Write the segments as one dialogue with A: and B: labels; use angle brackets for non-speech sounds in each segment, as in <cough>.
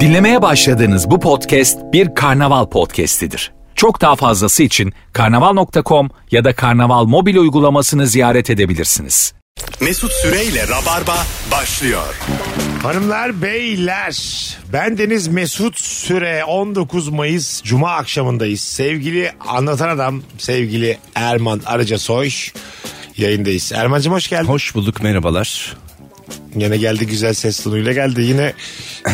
A: Dinlemeye başladığınız bu podcast bir karnaval podcastidir. Çok daha fazlası için karnaval.com ya da karnaval mobil uygulamasını ziyaret edebilirsiniz.
B: Mesut Süreyle Rabarba başlıyor.
C: Hanımlar, beyler. Ben Deniz Mesut Süre. 19 Mayıs Cuma akşamındayız. Sevgili anlatan adam, sevgili Erman Arıca Soy yayındayız. Erman'cığım hoş geldin.
D: Hoş bulduk merhabalar.
C: Yine geldi güzel ses tonuyla geldi. Yine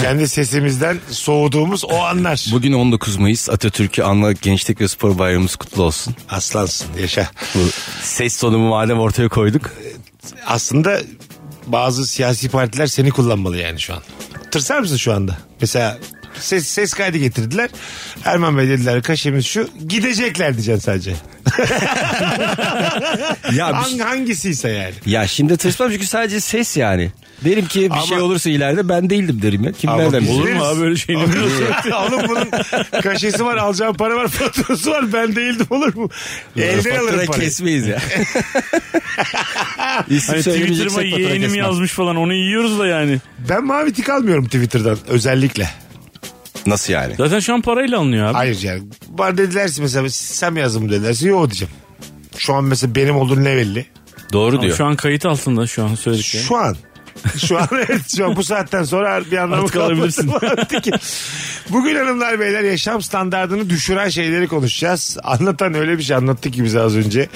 C: kendi sesimizden soğuduğumuz o anlar.
D: Bugün 19 Mayıs Atatürk'ü anla gençlik ve spor bayramımız kutlu olsun.
C: Aslansın yaşa.
D: Bu ses tonumu madem ortaya
E: <laughs>
D: koyduk.
C: Aslında bazı siyasi partiler seni kullanmalı yani şu an. Tırsar mısın şu anda? Mesela ses, ses kaydı getirdiler. Erman Bey dediler kaşemiz şu. Gidecekler diyeceksin sadece.
D: Ya,
E: şey-
C: Hang-
D: bir-
C: hangisiyse yani.
D: ya şimdi tırsmam çünkü sadece ses yani. Derim ki bir
C: Ama-
D: şey olursa ileride ben değildim derim ya. Kim
C: Ama
D: nereden
C: biz
D: bilir?
C: veririz. <laughs>
D: Olur.
C: Oğlum bunun kaşesi var, alacağım para var, <laughs> faturası var. Ben değildim olur mu? Elden
D: Fatura
C: alırım parayı.
D: kesmeyiz
E: <laughs>
D: ya. İsim
E: Hani
D: söylemeyeceksek
E: Twitter'ıma
C: şey
D: fatura
E: yeğenim
D: kesmem.
E: yazmış falan onu yiyoruz da yani.
C: Ben mavi tik almıyorum Twitter'dan özellikle.
D: Nasıl yani?
E: Zaten şu an parayla alınıyor abi.
C: Hayır yani. Bana dedilerse mesela sen mi yazdın bunu dedilerse yok diyeceğim. Şu an mesela benim olduğum ne belli?
D: Doğru
E: Ama
D: diyor.
E: Şu an kayıt altında şu an söyledikleri.
C: Şu an. Şu an <laughs> evet şu an bu saatten sonra bir anlamı
E: Artık
C: kalmadı.
E: alabilirsin.
C: <laughs> Artık ki. Bugün hanımlar beyler yaşam standartını düşüren şeyleri konuşacağız. Anlatan öyle bir şey anlattı ki bize az önce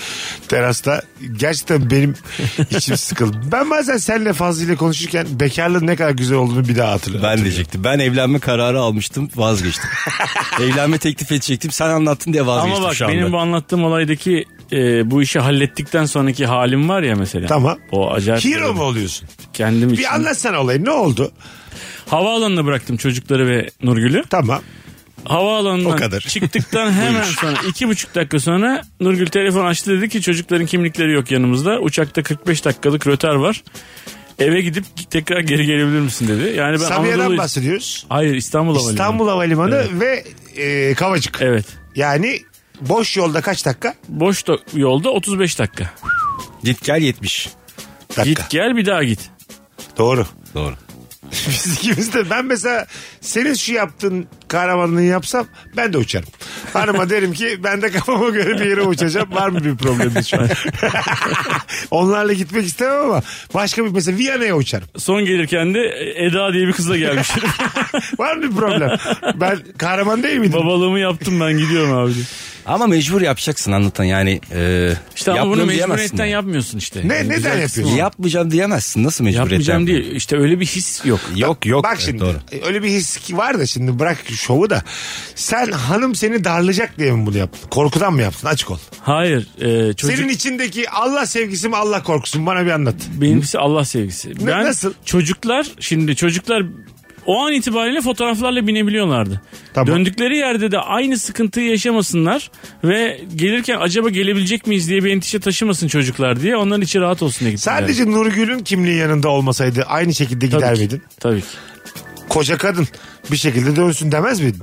C: terasta. Gerçekten benim
E: <laughs>
C: içim sıkıldı. Ben bazen seninle Fazlı ile konuşurken bekarlığın ne kadar güzel olduğunu bir daha hatırlıyorum.
D: Ben diyecektim. Ben evlenme kararı almıştım
E: <laughs>
D: vazgeçtim. evlenme teklif edecektim. Sen anlattın diye vazgeçtim
E: Ama bak
D: şu anda.
E: benim bu anlattığım olaydaki e, bu işi hallettikten sonraki halim var ya mesela.
C: Tamam.
E: O acayip.
C: Hero mu oluyorsun?
E: Kendim için.
C: Bir anlatsana olayı ne oldu?
E: Havaalanına bıraktım çocukları ve Nurgül'ü.
C: Tamam.
E: Havaalanından
C: O kadar. <laughs>
E: çıktıktan hemen sonra iki buçuk dakika sonra Nurgül telefon açtı dedi ki çocukların kimlikleri yok yanımızda. Uçakta 45 dakikalık rötar var. Eve gidip tekrar geri gelebilir misin dedi. Yani ben
C: Sabiha'dan
E: Anadolu-
C: bahsediyoruz.
E: Hayır İstanbul Havalimanı.
C: İstanbul Havalimanı ve e, Kavacık.
E: Evet.
C: Yani boş yolda kaç dakika?
E: Boş da- yolda 35 dakika.
D: Git gel 70.
C: Dakika.
E: Git gel bir daha git.
C: Doğru.
D: Doğru.
C: <laughs> Biz ikimiz de ben mesela senin şu yaptığın kahramanlığı yapsam ben de uçarım. Hanıma derim ki ben de kafama göre bir yere uçacağım. Var mı bir problemimiz şu an? <laughs> Onlarla gitmek istemem ama başka bir mesela Viyana'ya uçarım.
E: Son gelirken de e, Eda diye bir
C: <laughs>
E: kızla gelmiş. <laughs>
C: Var mı bir problem? Ben kahraman değil miydim?
E: Babalığımı yaptım ben gidiyorum abi. diye.
D: Ama mecbur yapacaksın anlatan yani. E,
E: İşte ama
D: yapmıyorum
E: bunu
D: diyemezsin
E: mecburiyetten
D: yani.
E: yapmıyorsun işte.
C: Ne
E: Yani güzel
C: neden
E: kısmı
C: yapıyorsun?
E: o.
D: Yapmayacağım diyemezsin. Nasıl mecburiyetten?
E: Yapmayacağım değil. İşte öyle bir his yok.
D: Yok yok.
C: Bak
D: Evet,
C: şimdi e,
D: doğru.
C: öyle bir his ki var da şimdi bırak şovu da. Sen hanım seni darlayacak diye mi bunu yaptın? Korkudan mı yaptın? Açık ol.
E: Hayır. E, çocuk
C: Senin içindeki Allah sevgisi mi Allah korkusu mu? Bana bir anlat.
E: benimkisi Allah sevgisi. Ben
C: nasıl?
E: çocuklar şimdi çocuklar o an itibariyle fotoğraflarla binebiliyorlardı.
C: Tamam.
E: Döndükleri yerde de aynı sıkıntıyı yaşamasınlar ve gelirken acaba gelebilecek miyiz diye bir endişe taşımasın çocuklar diye onların içi rahat olsun diye gittiler.
C: Sadece Nurgül'ün kimliği yanında olmasaydı aynı şekilde
E: Tabii
C: gider
E: ki,
C: miydin?
E: Tabii ki.
C: Koca kadın bir şekilde dönsün demez miydin?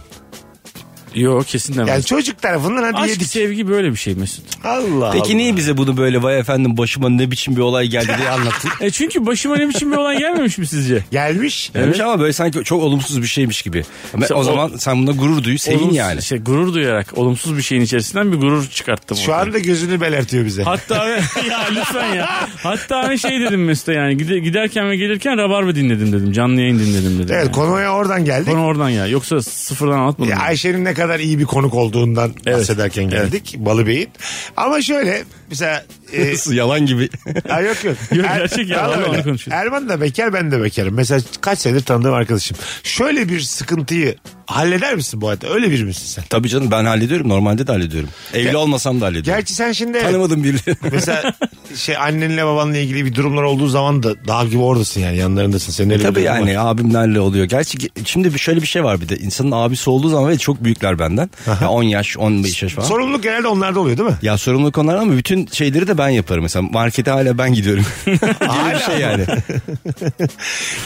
E: Yok kesin demez.
C: Yani çocuk tarafından hadi
E: Aşk
C: yedik.
E: sevgi böyle bir şey Mesut.
C: Allah
D: Peki
C: Allah.
D: niye bize bunu böyle vay efendim başıma ne biçim bir olay geldi diye
E: <laughs>
D: anlattın?
E: E çünkü başıma ne biçim bir olay gelmemiş mi sizce?
C: Gelmiş.
D: Demiş ama böyle sanki çok olumsuz bir şeymiş gibi. Ama
E: Mesela
D: o
E: o-
D: zaman sen buna gurur duy, sevin
E: Olumsuz- <laughs>
D: yani.
E: Şey, gurur duyarak olumsuz bir şeyin içerisinden bir gurur çıkarttım.
C: Şu
E: ortaya.
C: anda gözünü belertiyor bize.
E: Hatta ve- <laughs> ya lütfen ya. Hatta hani şey dedim Mesut'a yani gide- giderken ve gelirken Rabarba dinledim dedim. Canlı yayın dinledim dedim.
C: Evet
E: yani.
C: konuya oradan geldik.
E: Konu oradan ya. Yoksa sıfırdan anlatmadım.
C: Ya
E: ben.
C: Ayşe'nin ne kadar iyi bir konuk olduğundan
E: Evet.
C: bahsederken geldik. Balı Bey'in. Ama şöyle mesela... e,
D: Nasıl yalan gibi. <laughs>
C: Ha, yok yok.
E: <laughs> Yok,
C: Er-
E: gerçek ya,
C: Vallahi
E: vallahi
C: öyle.
E: onu konuşuyoruz.
C: Erman da bekar ben de bekarım. Mesela kaç senedir tanıdığım arkadaşım. Şöyle bir sıkıntıyı halleder misin bu hayatta? Öyle bir misin sen?
D: Tabii canım ben hallediyorum. Normalde de hallediyorum. Evli olmasam da hallediyorum.
C: Gerçi sen şimdi evet,
D: Tanımadım birini. <laughs>
C: Mesela şey annenle babanla ilgili bir durumlar olduğu zaman da dağ gibi oradasın yani yanlarındasın. Senin öyle bir
D: Tabii
C: durum var.
D: yani abimlerle oluyor. Gerçi ge- şimdi bir şöyle bir şey var bir de. insanın abisi olduğu zaman ve çok büyükler benden. Ya 10 yaş, 15 yaş falan.
C: Sorumluluk genelde onlarda oluyor değil mi?
D: ya sorumluluk onlar ama bütün şeyleri de ben yaparım. Mesela markete hala ben
E: <laughs>
D: gidiyorum. Öyle bir şey yani.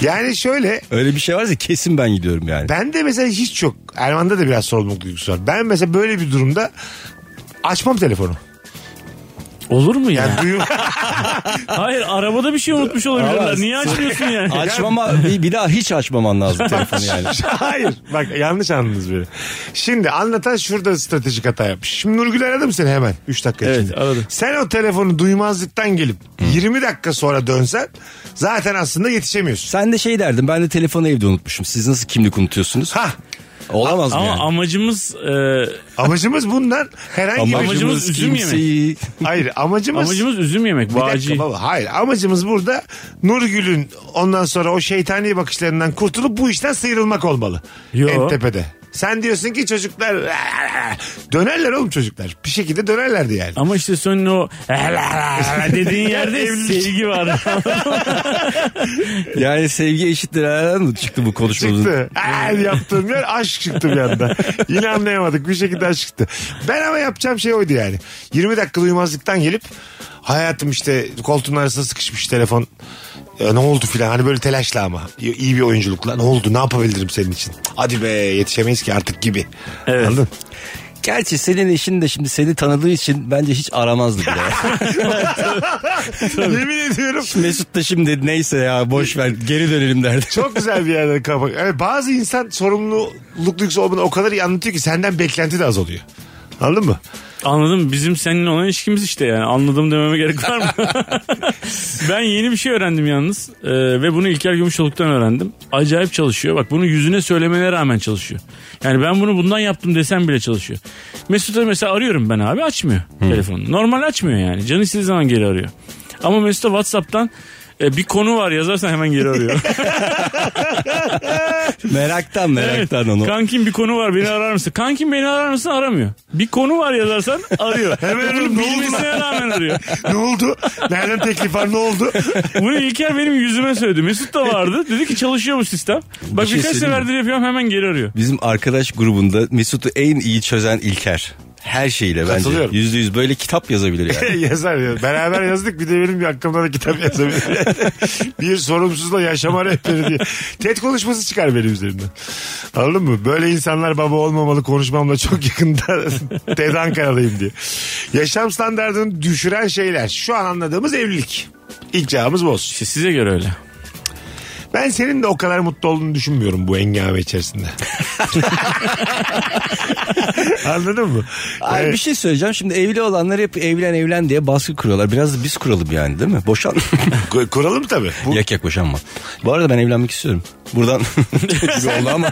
C: Yani şöyle
D: Öyle bir şey varsa kesin ben gidiyorum yani.
C: ben de mesela hiç yok. Erman'da da biraz sorumluluk duygusu var. Ben mesela böyle bir durumda açmam telefonu.
E: Olur mu ya?
C: Yani duyu...
E: Hayır arabada bir şey unutmuş olabilirler.
D: Ama-
E: Niye açmıyorsun yani?
D: Açmama bir, bir daha hiç açmaman
E: <laughs>
D: lazım <laughs> telefonu yani.
C: <laughs> Hayır. Bak yanlış anladınız beni. Şimdi anlatan şurada stratejik hata yapmış. Şimdi Nurgül aradı mı seni hemen? 3 dakika
E: Evet,
C: içinde.
E: aradı.
C: Sen o telefonu duymazlıktan gelip 20 dakika sonra dönsen zaten aslında yetişemiyorsun.
D: Sen de şey derdin ben de telefonu evde unutmuşum. Siz nasıl kimlik unutuyorsunuz?
C: Ha
D: Olamaz mı
E: Ama
D: yani?
E: amacımız e,
C: amacımız bundan herhangi bir...
E: Amacımız üzüm yemek.
D: kimseyi-
C: Hayır amacımız...
E: amacımız üzüm yemek.
C: Bir dakika
E: Bağcı.
C: baba. Hayır amacımız burada Nurgül'ün ondan sonra o şeytani bakışlarından kurtulup bu işten sıyrılmak olmalı.
E: Yo.
C: En tepede. Sen diyorsun ki çocuklar dönerler oğlum çocuklar. Bir şekilde dönerlerdi yani.
E: Ama işte senin o dediğin
C: <laughs>
E: yerde
C: Evlilik.
E: sevgi var.
D: Yani sevgi eşittir ha, mı çıktı bu konuşmamızın?
C: çıktı. Aa, yaptığım yer aşk çıktı bir anda. Yine anlayamadık bir şekilde aşk çıktı. Ben ama yapacağım şey oydu yani. 20 dakika duymazlıktan gelip hayatım işte koltuğun arasına sıkışmış telefon. Ya ne oldu filan hani böyle telaşla ama İyi- iyi bir oyunculukla ne oldu ne yapabilirim senin için hadi be yetişemeyiz ki artık gibi evet. anladın
D: Gerçi senin eşin de şimdi seni tanıdığı için bence hiç aramazdı
E: <laughs>
D: bile.
C: yemin ediyorum
D: Mesut da şimdi neyse ya boş ver geri dönelim
E: <laughs>
D: derdi.
C: çok güzel bir yerden kapak evet, bazı insan sorumluluk duygusu olmanı o kadar iyi anlatıyor ki senden beklenti de az oluyor anladın mı
E: Anladım. Bizim seninle olan ilişkimiz işte yani. Anladım dememe gerek var mı? ben yeni bir şey öğrendim yalnız. Ee, ve bunu İlker Gümüşoluk'tan öğrendim. Acayip çalışıyor. Bak bunu yüzüne söylemene rağmen çalışıyor. Yani ben bunu bundan yaptım desem bile çalışıyor. Mesut'a mesela arıyorum ben abi açmıyor telefonu. Normal açmıyor yani. Canı istediği zaman geri arıyor. Ama Mesut'a Whatsapp'tan e, bir konu var yazarsan hemen geri arıyor.
D: meraktan meraktan onu.
E: Kankim bir konu var beni arar mısın? Kankim beni arar mısın aramıyor. Bir konu var yazarsan arıyor.
C: Hemen
E: Bunu
C: arıyor, ne oldu lan?
E: bilmesine rağmen arıyor.
C: ne oldu nereden teklif var ne oldu
E: Bunu İlker benim yüzüme söyledi. Mesut da vardı. Dedi ki çalışıyor bu sistem. Bak
D: Bir şey
E: birkaç
D: söyleyeyim mi?
E: seferdir yapıyorum hemen geri arıyor.
D: Bizim arkadaş grubunda Mesut'u en iyi çözen İlker. Her şeyle bence.
C: Katılıyorum.
D: Yüzde yüz böyle kitap yazabilir
C: <laughs> <laughs>
D: yani.
C: Yazar ya. Beraber yazdık bir de benim bir hakkımda da kitap <laughs> yazabilir. bir sorumsuzla yaşama rehberi diye. TED konuşması çıkar benim üzerimden. Anladın mı? Böyle insanlar baba olmamalı konuşmamla çok yakında <laughs> TED Ankara'dayım diye. Yaşam standartını düşüren şeyler. Şu an anladığımız evlilik. İlk cevabımız bu olsun.
D: Şey,
E: İşte size göre öyle.
C: Ben senin de o kadar mutlu olduğunu düşünmüyorum bu engame <laughs> içerisinde. Anladın mı? Ee,
D: Ay bir şey söyleyeceğim. Şimdi evli olanlar hep evlen evlen diye baskı kuruyorlar. Biraz da biz kuralım yani değil mi?
C: <laughs>
D: Boşan.
C: Ee, Kuralım tabii. Bu-
D: yak yak boşanma. Bu arada ben evlenmek istiyorum. Buradan <laughs> gibi oldu
C: <laughs>
D: ama.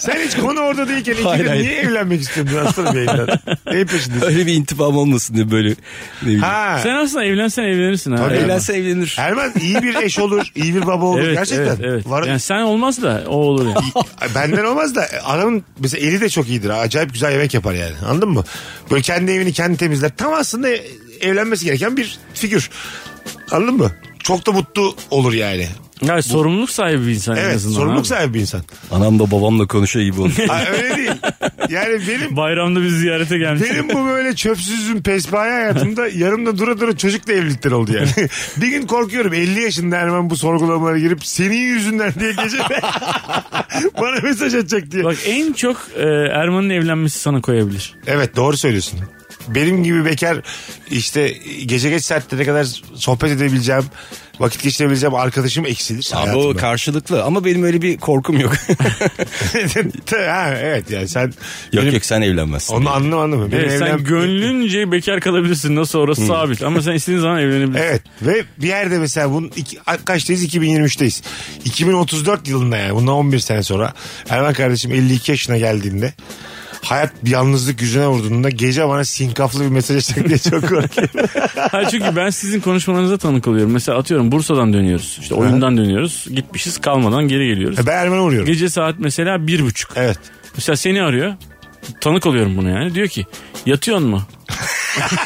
C: Sen hiç konu orada değilken
D: Hayır,
C: ikide
D: hayır.
C: niye evlenmek istiyordun aslanım
E: <laughs>
C: yayından? Neyin peşindesin?
D: Öyle bir intifam olmasın diye böyle. Ne bileyim.
C: Ha.
E: Sen aslında evlensen evlenirsin ha.
C: Tabii.
E: Evet,
D: Evlense evlenir.
C: Erman iyi bir eş olur, iyi bir baba olur.
E: evet,
C: Gerçekten.
E: evet, evet.
C: Var-
E: Yani sen olmaz da o
C: <laughs>
E: olur yani.
C: Benden olmaz da anamın mesela eli de çok iyidir. ha. Acayip güzel yemek yapar yani. Anladın mı? Böyle kendi evini kendi temizler. Tam aslında evlenmesi gereken bir figür. Anladın mı? Çok da mutlu olur yani.
E: yani sorumluluk sahibi bir insan en
C: Evet,
E: azından.
C: sorumluluk
E: abi.
C: sahibi bir insan.
D: Anam da babamla konuşuyor
C: <laughs>
D: gibi oldu.
C: Ha, öyle değil. Yani benim
E: Bayramda bir ziyarete gelmiş.
C: Benim bu böyle çöpsüzüm pespaye hayatımda yanımda dura dura çocukla evlilikler oldu
E: <laughs>
C: yani. bir gün korkuyorum 50 yaşında Erman bu sorgulamalara girip senin yüzünden diye gece <laughs> bana mesaj atacak diye.
E: Bak en çok e, Erman'ın evlenmesi sana koyabilir.
C: Evet doğru söylüyorsun. Benim gibi bekar işte gece geç saatlere kadar sohbet edebileceğim, vakit geçirebileceğim arkadaşım eksilir.
D: Abi o
C: hayatımda.
D: karşılıklı ama benim öyle bir
C: <laughs>
D: korkum yok.
C: ha, evet yani sen
D: yok yok sen evlenmezsin.
C: onu anlam anlamıyorum. Benim
E: Evet,
C: evlen-
E: Sen gönlünce bekar kalabilirsin. Nasıl orası sabit. Ama sen istediğin zaman evlenebilirsin.
C: Evet ve bir yerde mesela bunun iki, kaçtayız 2023'teyiz. 2034 yılında yani bundan 11 sene sonra Erman kardeşim 52 yaşına geldiğinde hayat bir yalnızlık yüzüne vurduğunda gece bana sinkaflı bir mesaj açacak diye çok korkuyorum.
E: Hayır çünkü ben sizin konuşmalarınıza tanık oluyorum. Mesela atıyorum Bursa'dan dönüyoruz. İşte oyundan dönüyoruz. Gitmişiz kalmadan geri geliyoruz.
C: <laughs> ben Erman'a vuruyorum.
E: Gece saat mesela bir buçuk.
C: Evet.
E: Mesela seni arıyor. Tanık oluyorum buna yani. Diyor ki yatıyorsun mu?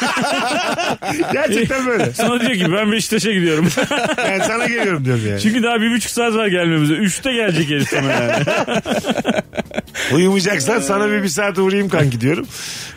E: <laughs>
C: Gerçekten böyle.
E: Sana diyor ki ben Beşiktaş'a gidiyorum. <laughs>
C: Ben sana geliyorum diyorum yani.
E: Çünkü daha bir buçuk saat var gelmemize. Üçte gelecek herif
C: <laughs>
E: sana yani.
C: Uyumayacaksan sana bir, bir saat uğrayayım kanki diyorum.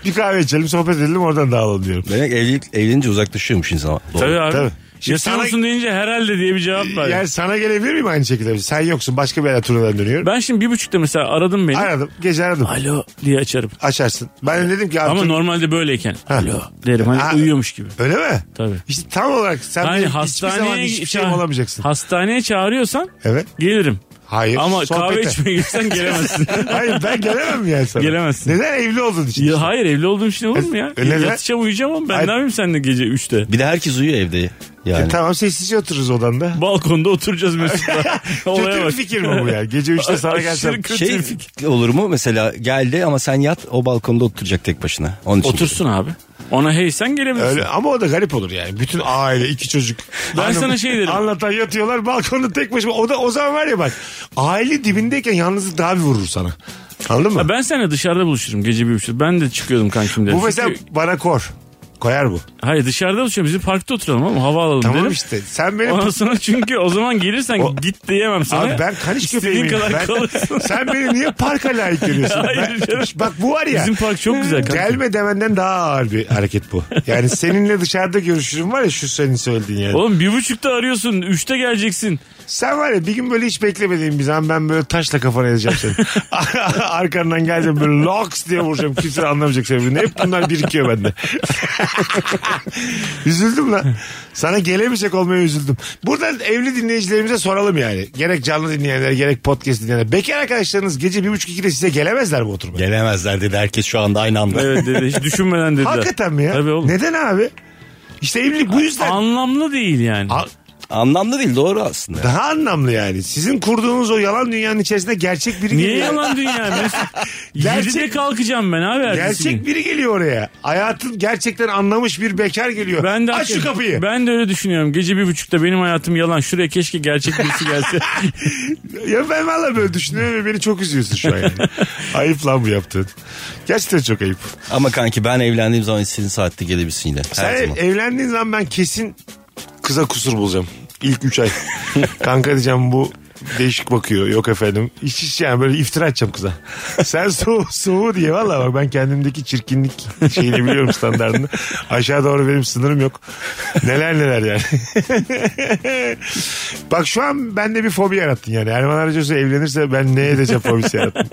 C: Bir kahve içelim sohbet edelim oradan dağılalım diyorum.
D: Demek evlilik, evlenince uzaklaşıyormuş insan. Doğru.
E: Tabii abi.
C: Tabii.
E: Ya
C: Şimdi
E: sen
C: sana,
E: olsun deyince herhalde diye bir cevap var.
C: yani sana gelebilir miyim aynı şekilde? Sen yoksun başka bir yere turnadan dönüyorum.
E: Ben şimdi bir buçukta mesela aradım beni.
C: Aradım. Gece aradım.
E: Alo diye açarım.
C: Açarsın. Ben de dedim ki abi.
E: Ama
C: tur-
E: normalde böyleyken. Alo derim hani
C: Ha.
E: uyuyormuş gibi.
C: Öyle mi?
E: Tabii.
C: İşte tam olarak sen
E: Hani
C: benim hiçbir zaman
E: hastaneye
C: hiçbir şey
E: ça-
C: olamayacaksın.
E: Hastaneye çağırıyorsan
C: Evet.
E: gelirim.
C: Hayır.
E: Ama
C: sohbete.
E: kahve içmeye girsen
C: <laughs>
E: gelemezsin.
C: Hayır ben gelemem yani sana.
E: Gelemezsin.
C: Neden evli oldun işte?
E: ya hayır evli olduğum için olur mu ya?
C: E, neden?
E: Yatacağım uyuyacağım ama ben
C: Hayır.
E: ne yapayım seninle gece 3'te?
D: Bir de herkes uyuyor evde.
C: E,
D: Yani.
C: tamam sessizce otururuz odanda.
E: Balkonda oturacağız Mesut'la. <laughs> Olaya
C: <laughs> Kötü
E: bak.
C: bir fikir mi bu ya? Gece
E: <laughs>
C: 3'te sana
E: Aşırı
C: gelsem.
E: kötü.
D: şey olur mu mesela geldi ama sen yat o balkonda oturacak tek başına. Onun için
E: Otursun abi. Ona hey sen gelebilirsin.
C: Öyle, ama o da garip olur yani. Bütün aile, iki çocuk.
E: Ben sana şey derim.
C: Anlatan yatıyorlar balkonda tek başıma. O da o zaman var ya bak. Aile dibindeyken yalnızlık daha bir vurur sana. Anladın mı?
E: Ha, ben seninle dışarıda buluşurum gece bir buçukta. Ben de çıkıyordum kankimle.
C: bu mesela
E: Çünkü-
C: bana kor. Koyar bu.
E: Hayır dışarıda buluşuyorum. Biz bir parkta oturalım ama hava alalım
C: Tamam
E: derim.
C: işte. Sen benim
E: Ondan sonra çünkü o zaman gelirsen
C: O-
E: git diyemem sana.
C: Abi ben kaniş köpeğim.
E: İstediğin kadar
C: Ben, <laughs>
E: kalırsın.
C: sen beni niye parka layık görüyorsun?
E: <laughs> Hayır
C: Ben-
E: canım.
C: bak bu var ya.
E: Bizim park çok güzel kanka.
C: Gelme demenden daha ağır bir hareket bu. Yani seninle dışarıda görüşürüm var ya şu senin söylediğin yani.
E: Oğlum bir buçukta arıyorsun. Üçte geleceksin.
C: Sen var ya bir gün böyle hiç beklemediğim bir zaman ben böyle taşla kafana yazacağım seni. <laughs> Arkandan geleceğim böyle loks diye vuracağım. Kimse anlamayacak sebebini. Hep bunlar birikiyor bende. <laughs> üzüldüm lan. Sana gelemeyecek olmaya üzüldüm. Buradan evli dinleyicilerimize soralım yani. Gerek canlı dinleyenler gerek podcast dinleyenler. Bekar arkadaşlarınız gece bir buçuk ikide size gelemezler bu oturmaya.
D: Gelemezler dedi herkes şu anda aynı anda.
E: Evet dedi. Hiç düşünmeden dediler.
C: Hakikaten mi ya?
E: Tabii oğlum.
C: Neden abi? İşte evlilik bu yüzden.
E: Anlamlı değil yani.
C: A-
D: Anlamda değil doğru aslında.
C: daha anlamlı yani. Sizin kurduğunuz o yalan dünyanın içerisinde gerçek biri şey
E: Niye
C: geliyor.
E: yalan dünya? Mesut?
C: Gerçek-
E: Yedide kalkacağım ben abi. ertesi gün.
C: Gerçek biri geliyor oraya. Hayatın gerçekten anlamış bir bekar geliyor.
E: Ben de
C: Aç şu kapıyı.
E: Ben de öyle düşünüyorum. Gece bir buçukta benim hayatım yalan. Şuraya keşke gerçek birisi gelse.
C: Ya ben valla böyle düşünüyorum ve beni çok üzüyorsun şu an yani.
E: <laughs>
C: ayıp lan bu yaptığın. Gerçekten çok ayıp.
D: Ama kanki ben evlendiğim zaman istediğin saatte gelebilirsin yine. Her
C: Sen
D: zaman.
C: evlendiğin zaman ben kesin kıza kusur bulacağım. İlk
D: <laughs>
C: 3 ay. Kanka diyeceğim bu değişik bakıyor. Yok efendim. Hiç hiç yani böyle iftira atacağım
D: <laughs>
C: kıza. Sen soğu, soğu diye valla bak ben kendimdeki çirkinlik şeyini biliyorum standartını. Aşağı doğru benim sınırım yok. Neler neler yani. <laughs> bak şu an bende bir fobi yarattın yani. Erman Aracıoğlu evlenirse ben ne edeceğim fobisi
D: <laughs>
C: yarattım.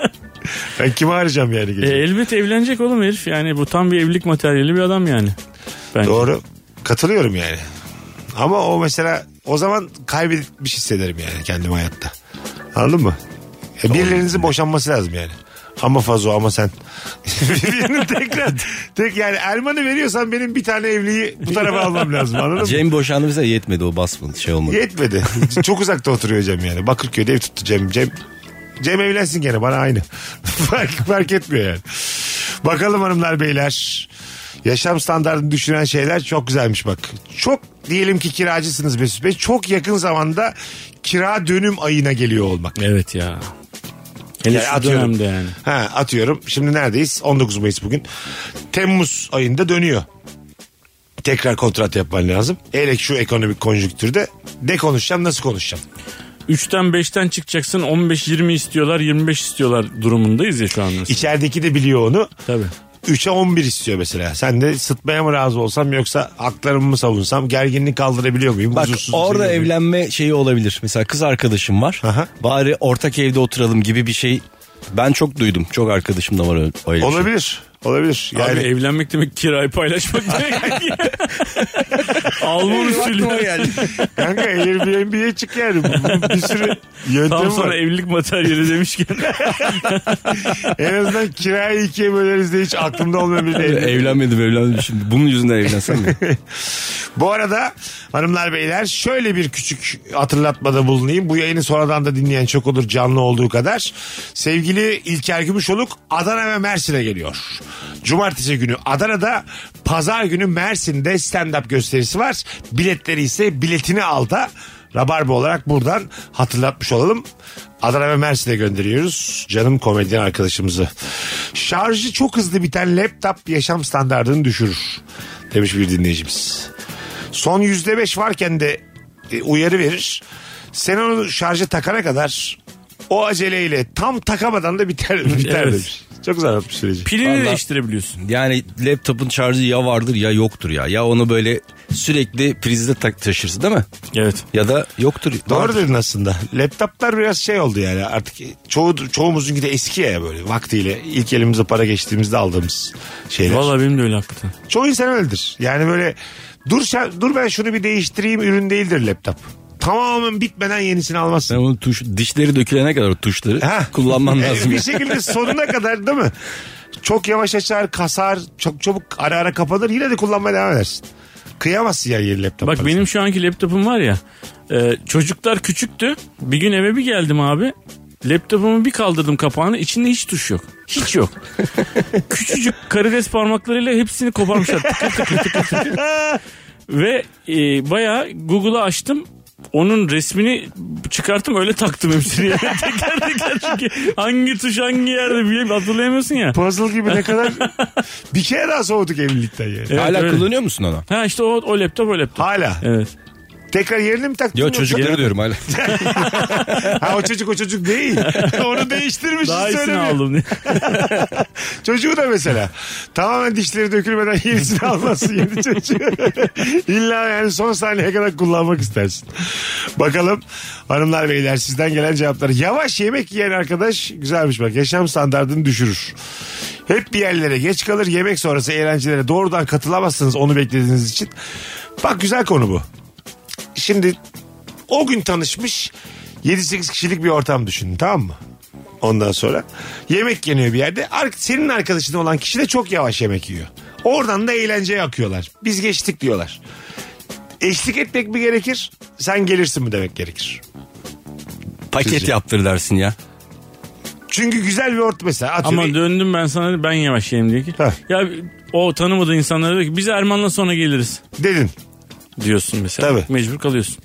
C: Ben kimi arayacağım yani
E: e,
C: gece?
E: elbet evlenecek oğlum herif. Yani bu tam bir evlilik materyali bir adam yani. Ben
C: Doğru. Katılıyorum yani. Ama o mesela o zaman kaybedilmiş hissederim yani kendim hayatta. Anladın mı? E, birilerinizin boşanması lazım yani. Ama Fazo ama sen. <laughs> Birini tekrar. Tek yani Erman'ı veriyorsan benim bir tane evliyi bu tarafa almam lazım anladın mı?
D: Cem boşandı bize yetmedi o basmadı şey olmadı.
C: Yetmedi. Çok uzakta oturuyor Cem yani. Bakırköy'de ev tuttu Cem. Cem, Cem evlensin gene bana aynı. <laughs> fark, fark etmiyor yani. Bakalım hanımlar beyler. Yaşam standartını düşüren şeyler çok güzelmiş bak. Çok diyelim ki kiracısınız Mesut Bey. Çok yakın zamanda kira dönüm ayına geliyor olmak.
E: Evet ya. Hele
C: Yani
E: şu
C: atıyorum.
E: dönemde yani.
C: Ha, atıyorum. Şimdi neredeyiz? 19 Mayıs bugün. Temmuz ayında dönüyor. Tekrar kontrat yapman lazım. Hele ki şu ekonomik konjüktürde ne konuşacağım nasıl konuşacağım.
E: 3'ten 5'ten çıkacaksın 15-20 istiyorlar 25 istiyorlar durumundayız ya şu an. mesela.
C: İçerideki de biliyor onu.
E: Tabii.
C: 3'e 11 istiyor mesela. Sen de sıtmaya mı razı olsam yoksa haklarımı mı savunsam gerginlik kaldırabiliyor muyum?
D: Bak
C: Huzursuzluk
D: orada
C: çekiyor muyum?
D: evlenme şeyi olabilir. Mesela kız arkadaşım var.
C: Aha.
D: Bari ortak evde oturalım gibi bir şey. Ben çok duydum. Çok arkadaşım da var öyle, öyle bir şey.
C: Olabilir. Olabilir. Yani
E: Abi evlenmek demek kirayı paylaşmak demek. Alman usulü.
C: <laughs> kanka Airbnb'ye çık yani. Bu- Bir sürü yöntem
E: Tam sana
C: var.
E: evlilik materyali demişken.
C: En azından kirayı ikiye böleriz de hiç aklımda olmayan bir
D: Evlenmedim,
C: evlilik.
D: Evlenmedim evlenmedim şimdi. Bunun yüzünden evlensem mi?
C: Bu arada hanımlar beyler şöyle bir küçük hatırlatmada bulunayım. Bu yayını sonradan da dinleyen çok olur canlı olduğu kadar. Sevgili İlker Gümüşoluk Adana ve Mersin'e geliyor. Cumartesi günü Adana'da, pazar günü Mersin'de stand-up gösterisi var. Biletleri ise biletini alda. Rabarba olarak buradan hatırlatmış olalım. Adana ve Mersin'e gönderiyoruz. Canım komedyen arkadaşımızı. Şarjı çok hızlı biten laptop yaşam standartını düşürür. Demiş bir dinleyicimiz. Son yüzde beş varken de e, uyarı verir. Sen onu şarja takana kadar O aceleyle tam takamadan da
E: <laughs>
C: biter, biter
E: Evet.
C: demiş. Çok güzel anlatmış süreci.
E: Pilini
D: Vallahi-
E: değiştirebiliyorsun.
D: Yani laptopun şarjı ya vardır ya yoktur ya. Ya onu böyle sürekli prizde tak taşırsın değil mi?
E: Evet.
D: Ya da yoktur.
C: Doğru
D: Vardır.
C: dedin aslında. Laptoplar biraz şey oldu yani artık çoğu, çoğumuzinki de eski ya böyle vaktiyle ilk elimize para geçtiğimizde aldığımız şeyler.
E: Vallahi benim de öyle hakikaten.
C: Çoğu insan öyledir. Yani böyle dur, şa- dur ben şunu bir değiştireyim ürün değildir laptop. Tamamen bitmeden yenisini
D: Sen
C: almazsın.
D: onun tuş, dişleri dökülene kadar o tuşları
C: Ha. <laughs>
D: kullanman lazım.
C: bir şekilde sonuna kadar değil mi? Çok yavaş açar, kasar, çok çabuk ara ara kapanır yine de kullanmaya devam edersin. Kıyamazsın yani yeni laptop.
E: Bak benim şu anki laptopum var ya. e, çocuklar küçüktü. Bir gün eve bir geldim abi. Laptopumu bir kaldırdım kapağını. içinde hiç tuş yok.
D: <laughs>
E: Hiç yok. Küçücük karides parmaklarıyla hepsini koparmışlar. Tıkır tıkır tıkır tıkır. Ve e, bayağı Google'a açtım. Onun resmini çıkarttım öyle taktım hepsini. <laughs> Yani teker teker çünkü hangi tuş hangi yerde bir şey hatırlayamıyorsun ya.
C: Puzzle gibi ne
E: <laughs>
C: kadar bir kere daha soğuduk evlilikten yani.
E: Evet,
D: Hala
E: öyle.
D: kullanıyor musun onu?
E: Ha işte o, o laptop o laptop.
C: Hala.
E: Evet.
C: Tekrar yerini mi taktın?
D: Yo
C: yoksa-
D: çocukları
C: <laughs>
D: diyorum hala.
C: Ha o çocuk o çocuk değil. Onu değiştirmişiz
E: Daha iyisini
C: söylemiyor.
E: aldım diye.
C: <laughs> Çocuğu da mesela. Tamamen dişleri dökülmeden <laughs> yenisini almasın yeni çocuğu. <laughs> İlla yani son saniyeye kadar kullanmak istersin. Bakalım hanımlar beyler sizden gelen cevaplar. Yavaş yemek yiyen arkadaş güzelmiş bak. Yaşam standartını düşürür. Hep bir yerlere geç kalır. Yemek sonrası eğlencelere doğrudan katılamazsınız onu beklediğiniz için. Bak güzel konu bu. Şimdi o gün tanışmış 7-8 kişilik bir ortam düşünün tamam mı? Ondan sonra yemek yeniyor bir yerde. Ar- Senin arkadaşın olan kişi de çok yavaş yemek yiyor. Oradan da eğlenceye akıyorlar. Biz geçtik diyorlar. Eşlik etmek mi gerekir? Sen gelirsin mi demek gerekir?
D: Paket
C: Sizce?
D: yaptır dersin ya.
C: Çünkü güzel bir ortam mesela. Atıyorum,
E: <laughs> Ama döndüm ben sana ben yavaş yerim diye ki.
C: Heh.
E: Ya o tanımadığı insanlara diyor ki biz Erman'la sonra geliriz
C: dedin.
E: diyorsun mesela.
C: Tabii.
E: Mecbur kalıyorsun.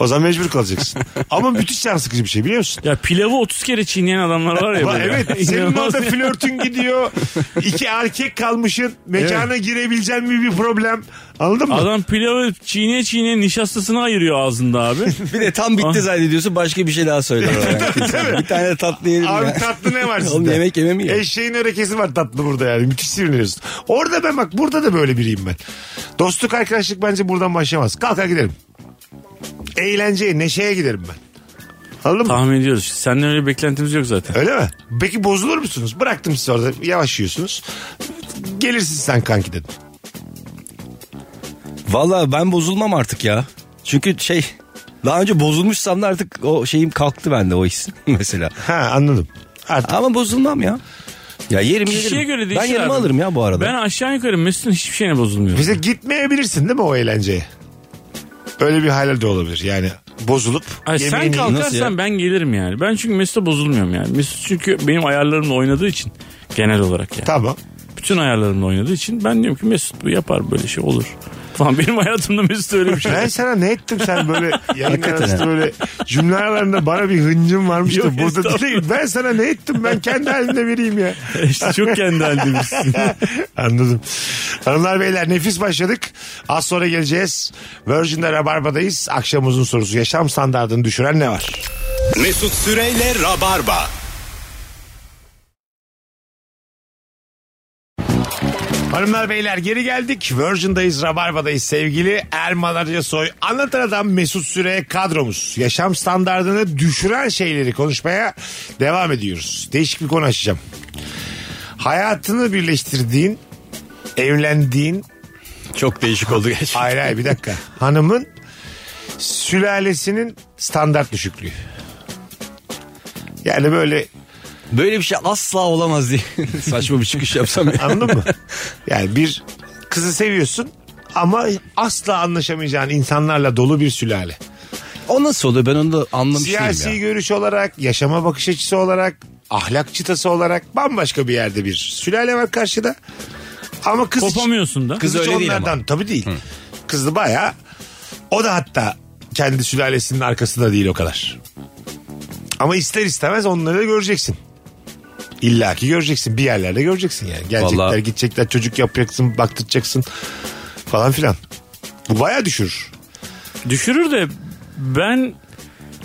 C: O zaman mecbur kalacaksın.
E: <laughs>
C: Ama müthiş can sıkıcı bir şey biliyor musun?
E: Ya pilavı 30 kere çiğneyen adamlar var ya.
C: Ba-
E: böyle. <laughs>
C: evet senin
E: İnanılmaz
C: orada
E: ya.
C: flörtün gidiyor. İki erkek kalmışın. Mekana girebileceğin mi bir problem. Anladın mı?
E: Adam pilavı çiğneye çiğneye nişastasını ayırıyor ağzında abi.
D: Bir de tam bitti zannediyorsun başka bir şey
C: <laughs>
D: daha söyler. o yani. bir tane de tatlı yiyelim
C: Abi
D: ya.
C: tatlı ne var sizde?
D: <laughs> Oğlum yemek yeme mi ya?
C: Eşeğin örekesi var tatlı burada yani. Müthiş sinirleniyorsun. Orada ben bak burada da böyle biriyim ben. Dostluk arkadaşlık bence buradan başlamaz. Kalkar giderim. Eğlenceye, neşeye giderim ben. Anladın mı?
E: Tahmin ediyoruz. Senden öyle beklentimiz yok zaten.
C: Öyle mi? Peki bozulur musunuz? Bıraktım sizi orada. Yavaş yiyorsunuz. Gelirsin sen kanki dedim.
D: Valla ben bozulmam artık ya. Çünkü şey daha önce bozulmuşsam da artık o şeyim kalktı bende o his <laughs> mesela.
C: Ha anladım. Artık
D: Ama bozulmam ya. Ya yerim
E: Kişiye
D: yerim.
E: göre değişir
D: ben yerimi
E: abi.
D: alırım ya bu arada.
E: Ben aşağı yukarı Mesut'un hiçbir şeyine bozulmuyor.
C: bize gitmeyebilirsin değil mi o eğlenceye? Öyle bir halde de olabilir. Yani bozulup
E: Ay sen
C: yemeğini-
D: Nasıl
E: kalkarsan
D: ya?
E: ben gelirim yani. Ben çünkü Mesut'a bozulmuyorum yani. Mesut çünkü benim ayarlarımla oynadığı için genel olarak yani.
C: Tamam.
E: bütün ayarlarımla oynadığı için ben diyorum ki Mesut bu yapar böyle şey olur. Falan benim hayatımda Mesut öyle bir
D: <laughs>
E: şey.
C: Ben sana ne ettim sen
E: <laughs>
C: böyle yayın
D: Hakikaten
C: arasında
D: ha.
C: böyle cümle aralarında bana bir hıncım varmış da
E: Yok,
C: burada
E: estağfurullah.
C: değil. Ben sana ne ettim ben kendi halimde vereyim
E: <laughs>
C: ya.
E: işte çok kendi halindeymişsin.
C: Anladım. Hanımlar beyler nefis başladık. Az sonra geleceğiz. Virgin'de Rabarba'dayız. Akşamımızın sorusu yaşam standartını düşüren ne var?
B: Mesut Süreyle Rabarba.
C: Hanımlar beyler geri geldik. Virgin'dayız, Rabarba'dayız sevgili Erman Arıca Soy. Anlatan Adam Mesut Süre kadromuz. Yaşam standartını düşüren şeyleri konuşmaya devam ediyoruz. Değişik bir konu açacağım. Hayatını birleştirdiğin, evlendiğin,
D: Çok değişik oldu geç.
C: hayır hayır bir dakika. Hanımın sülalesinin standart düşüklüğü. Yani böyle
D: Böyle bir şey asla olamaz diye <laughs> saçma bir çıkış yapsam ya.
C: Anladın mı? Yani bir kızı seviyorsun ama asla anlaşamayacağın insanlarla dolu bir sülale.
D: O nasıl oluyor ben onu da anlamış
C: Siyasi
D: değilim şey ya.
C: görüş olarak, yaşama bakış açısı olarak, ahlak çıtası olarak bambaşka bir yerde bir sülale var karşıda. Ama kız hiç-
E: Kopamıyorsun da.
D: Kız
C: hiç
D: öyle değil ama.
C: onlardan tabii değil. Kızı bayağı o da hatta kendi sülalesinin arkasında değil o kadar. Ama ister istemez onları da göreceksin. İlla ki göreceksin. Bir yerlerde göreceksin yani. Gelecekler,
D: Vallahi-
C: gidecekler, çocuk yapacaksın, baktıracaksın falan filan. Bu bayağı düşürür.
E: Düşürür de ben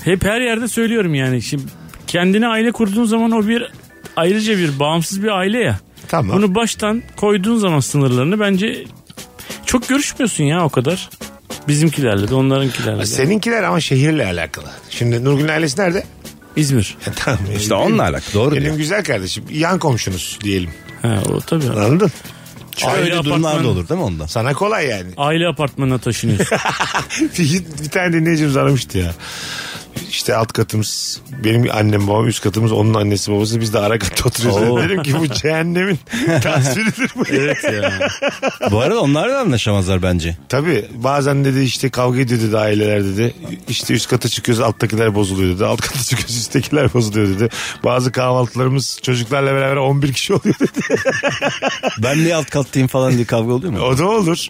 E: hep her yerde söylüyorum yani. Şimdi Kendine aile kurduğun zaman o bir ayrıca bir bağımsız bir aile ya.
C: Tamam.
E: Bunu baştan koyduğun zaman sınırlarını bence çok görüşmüyorsun ya o kadar. Bizimkilerle de onlarınkilerle de.
C: Seninkiler ama şehirle alakalı. Şimdi Nurgül'ün ailesi nerede? E,
E: İzmir.
C: tamam.
D: İşte onunla alakalı doğru
C: Benim
D: diyor.
C: güzel kardeşim. Yan komşunuz diyelim.
E: Ha, o tabii.
C: Anladın?
D: Çünkü
E: Aile
D: öyle durumlar
E: apartmanı-
D: da olur değil mi ondan?
C: Sana kolay yani.
E: Aile apartmanına taşınıyorsun.
C: <laughs> bir, bir tane dinleyicimiz aramıştı ya. İşte alt katımız benim annem babam üst katımız onun annesi babası biz de ara katta oturuyoruz.
E: Oo.
C: Dedim ki bu cehennemin tasviridir bu. Evet
D: Bu arada onlar da anlaşamazlar bence.
C: Tabii bazen dedi işte kavga ediyor dedi aileler dedi. İşte üst kata çıkıyoruz alttakiler bozuluyor dedi. Alt kata çıkıyoruz üsttekiler bozuluyor dedi. Bazı kahvaltılarımız çocuklarla beraber 11 kişi oluyor dedi.
D: Ben niye alt kattayım falan diye kavga oluyor mu?
C: O da olur.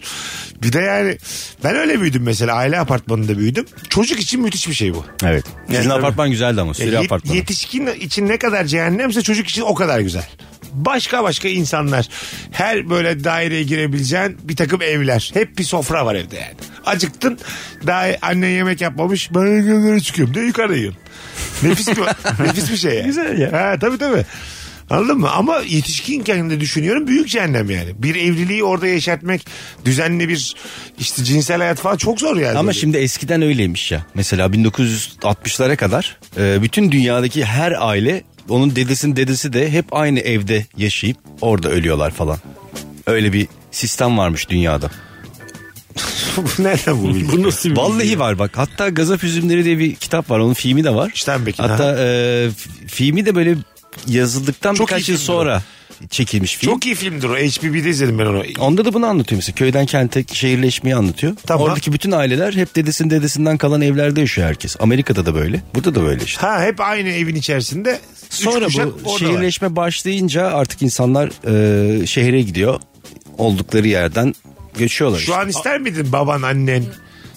C: Bir de yani ben öyle büyüdüm mesela aile apartmanında büyüdüm. Çocuk için müthiş bir şey bu.
D: Evet. e, Sizin apartman güzeldi ama
C: Ya
D: sürü
C: yet-
D: apartmanı.
C: Yetişkin için ne kadar cehennemse çocuk için o kadar güzel. Başka başka insanlar. Her böyle daireye girebileceğin bir takım evler. Hep bir sofra var evde yani. Acıktın daha annen yemek yapmamış. Ben yukarı çıkıyorum de yukarı yiyorsun. Nefis
D: <laughs>
C: bir, nefis bir şey yani.
D: Güzel ya.
C: Ha, tabii tabii. Anladın mı? Ama yetişkinken de düşünüyorum büyük cehennem yani. Bir evliliği orada yaşatmak, düzenli bir işte cinsel hayat falan çok zor yani.
D: Ama şimdi eskiden öyleymiş ya. Mesela 1960'lara kadar e, bütün dünyadaki her aile onun dedesinin dedesi de hep aynı evde yaşayıp orada ölüyorlar falan. Öyle bir sistem varmış dünyada.
C: Bu <laughs> nereden bu
D: <laughs>
C: bilgi?
E: Bu nasıl bir
D: Vallahi var bak. Hatta Gazap Üzümleri diye bir kitap var. Onun filmi de var.
C: Steinbeck'in, ha.
D: Hatta e, f- filmi de böyle yazıldıktan
C: Çok iyi
D: birkaç yıl
C: filmdir
D: sonra çekilmiş film.
C: Çok iyi filmdir o. HBB'de izledim ben onu.
D: Onda da bunu anlatıyor mesela. Köyden kente şehirleşmeyi anlatıyor.
C: Tamam.
D: Oradaki bütün aileler hep dedesinin dedesinden kalan evlerde yaşıyor herkes. Amerika'da da böyle. Burada da böyle işte.
C: Ha hep aynı evin içerisinde.
D: Sonra bu
C: şehirleş...
D: şehirleşme başlayınca artık insanlar e, şehre gidiyor. Oldukları yerden göçüyorlar.
C: Şu
D: işte.
C: an ister miydin baban annen?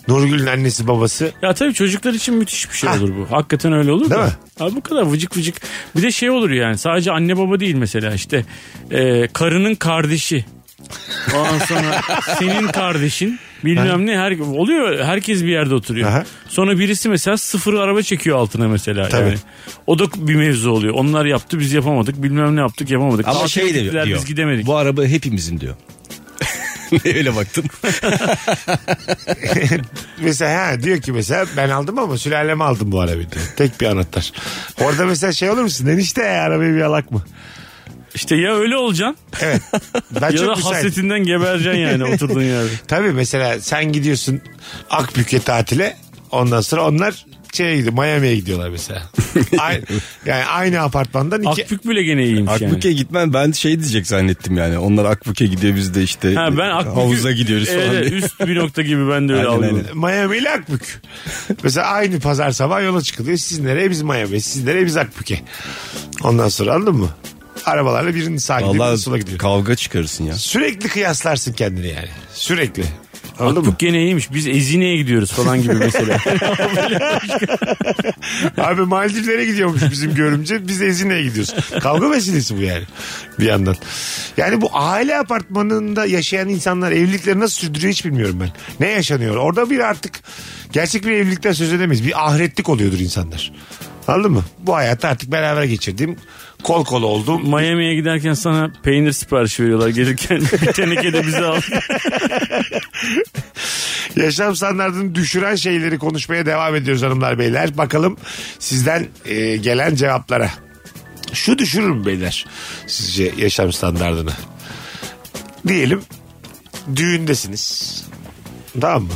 C: Nurgül'ün annesi babası.
E: Ya tabii çocuklar için müthiş bir şey olur bu. Hakikaten öyle olur
C: Değil
E: da.
C: mi?
E: Abi bu kadar vıcık vıcık. Bir de şey olur yani sadece anne baba değil mesela işte e, karının kardeşi. Ondan sonra senin kardeşin bilmem ne her, oluyor herkes bir yerde oturuyor.
C: Aha.
E: Sonra birisi mesela sıfır araba çekiyor altına mesela.
C: Tabii.
E: Yani. O da bir mevzu oluyor. Onlar yaptı biz yapamadık bilmem ne yaptık yapamadık.
D: Ama
E: Tatile
D: şey de
E: gittiler,
D: diyor.
E: Biz gidemedik.
D: Bu araba hepimizin diyor. <laughs> Öyle
E: <laughs>
D: baktım.
C: Mesela ha, diyor ki mesela ben aldım ama sülaleme aldım bu arabayı diyor. Tek bir anahtar. Orada mesela şey olur musun? Enişte ya, arabayı bir alak mı?
E: İşte ya öyle olacaksın
C: Evet. Ben
E: <laughs> ya
C: çok
E: da
C: müsaitim.
E: hasretinden gebereceksin yani oturduğun yerde.
C: Tabii mesela sen gidiyorsun Akbük'e tatile. Ondan sonra onlar şeye gidiyor. Miami'ye gidiyorlar mesela. Ay- yani aynı apartmandan iki...
E: Akbük bile gene iyiymiş yani.
D: Akbük'e gitmem ben şey diyecek zannettim yani. Onlar Akbük'e gidiyor biz de işte <laughs>
E: Ha ben Akbük'ü-
D: havuza gidiyoruz
E: Evet,
D: falan. diye.
E: üst bir nokta gibi ben de öyle
D: Aynen,
E: algıladım.
D: aynen.
C: Miami ile Akbük. Mesela aynı pazar sabah yola çıkılıyor. Siz nereye biz Miami'ye, siz nereye biz Akbük'e. Ondan sonra anladın mı? Arabalarla birinin sağa gidiyor, birinin sola
D: Vallahi
C: gidiyor.
D: kavga çıkarırsın ya.
C: Sürekli kıyaslarsın kendini yani. Sürekli. Anladın mı?
E: Akbük gene iyiymiş. Biz Ezine'ye gidiyoruz falan
D: <laughs>
E: gibi mesela.
C: <laughs> Abi Maldivlere gidiyormuş bizim görümce. Biz Ezine'ye gidiyoruz. Kavga meselesi bu yani. Bir yandan. Yani bu aile apartmanında yaşayan insanlar evlilikleri nasıl sürdürüyor hiç bilmiyorum ben. Ne yaşanıyor? Orada bir artık gerçek bir evlilikten söz edemeyiz. Bir ahretlik oluyordur insanlar. Anladın mı? Bu hayatı artık beraber geçirdiğim kol kola olduğum
E: Miami'ye giderken sana peynir siparişi veriyorlar gelirken.
D: <laughs>
E: Bir teneke de bize al.
C: yaşam standartını düşüren şeyleri konuşmaya devam ediyoruz hanımlar beyler. Bakalım sizden e, gelen cevaplara. Şu düşürür mü beyler sizce yaşam standartını? Diyelim düğündesiniz. Tamam mı?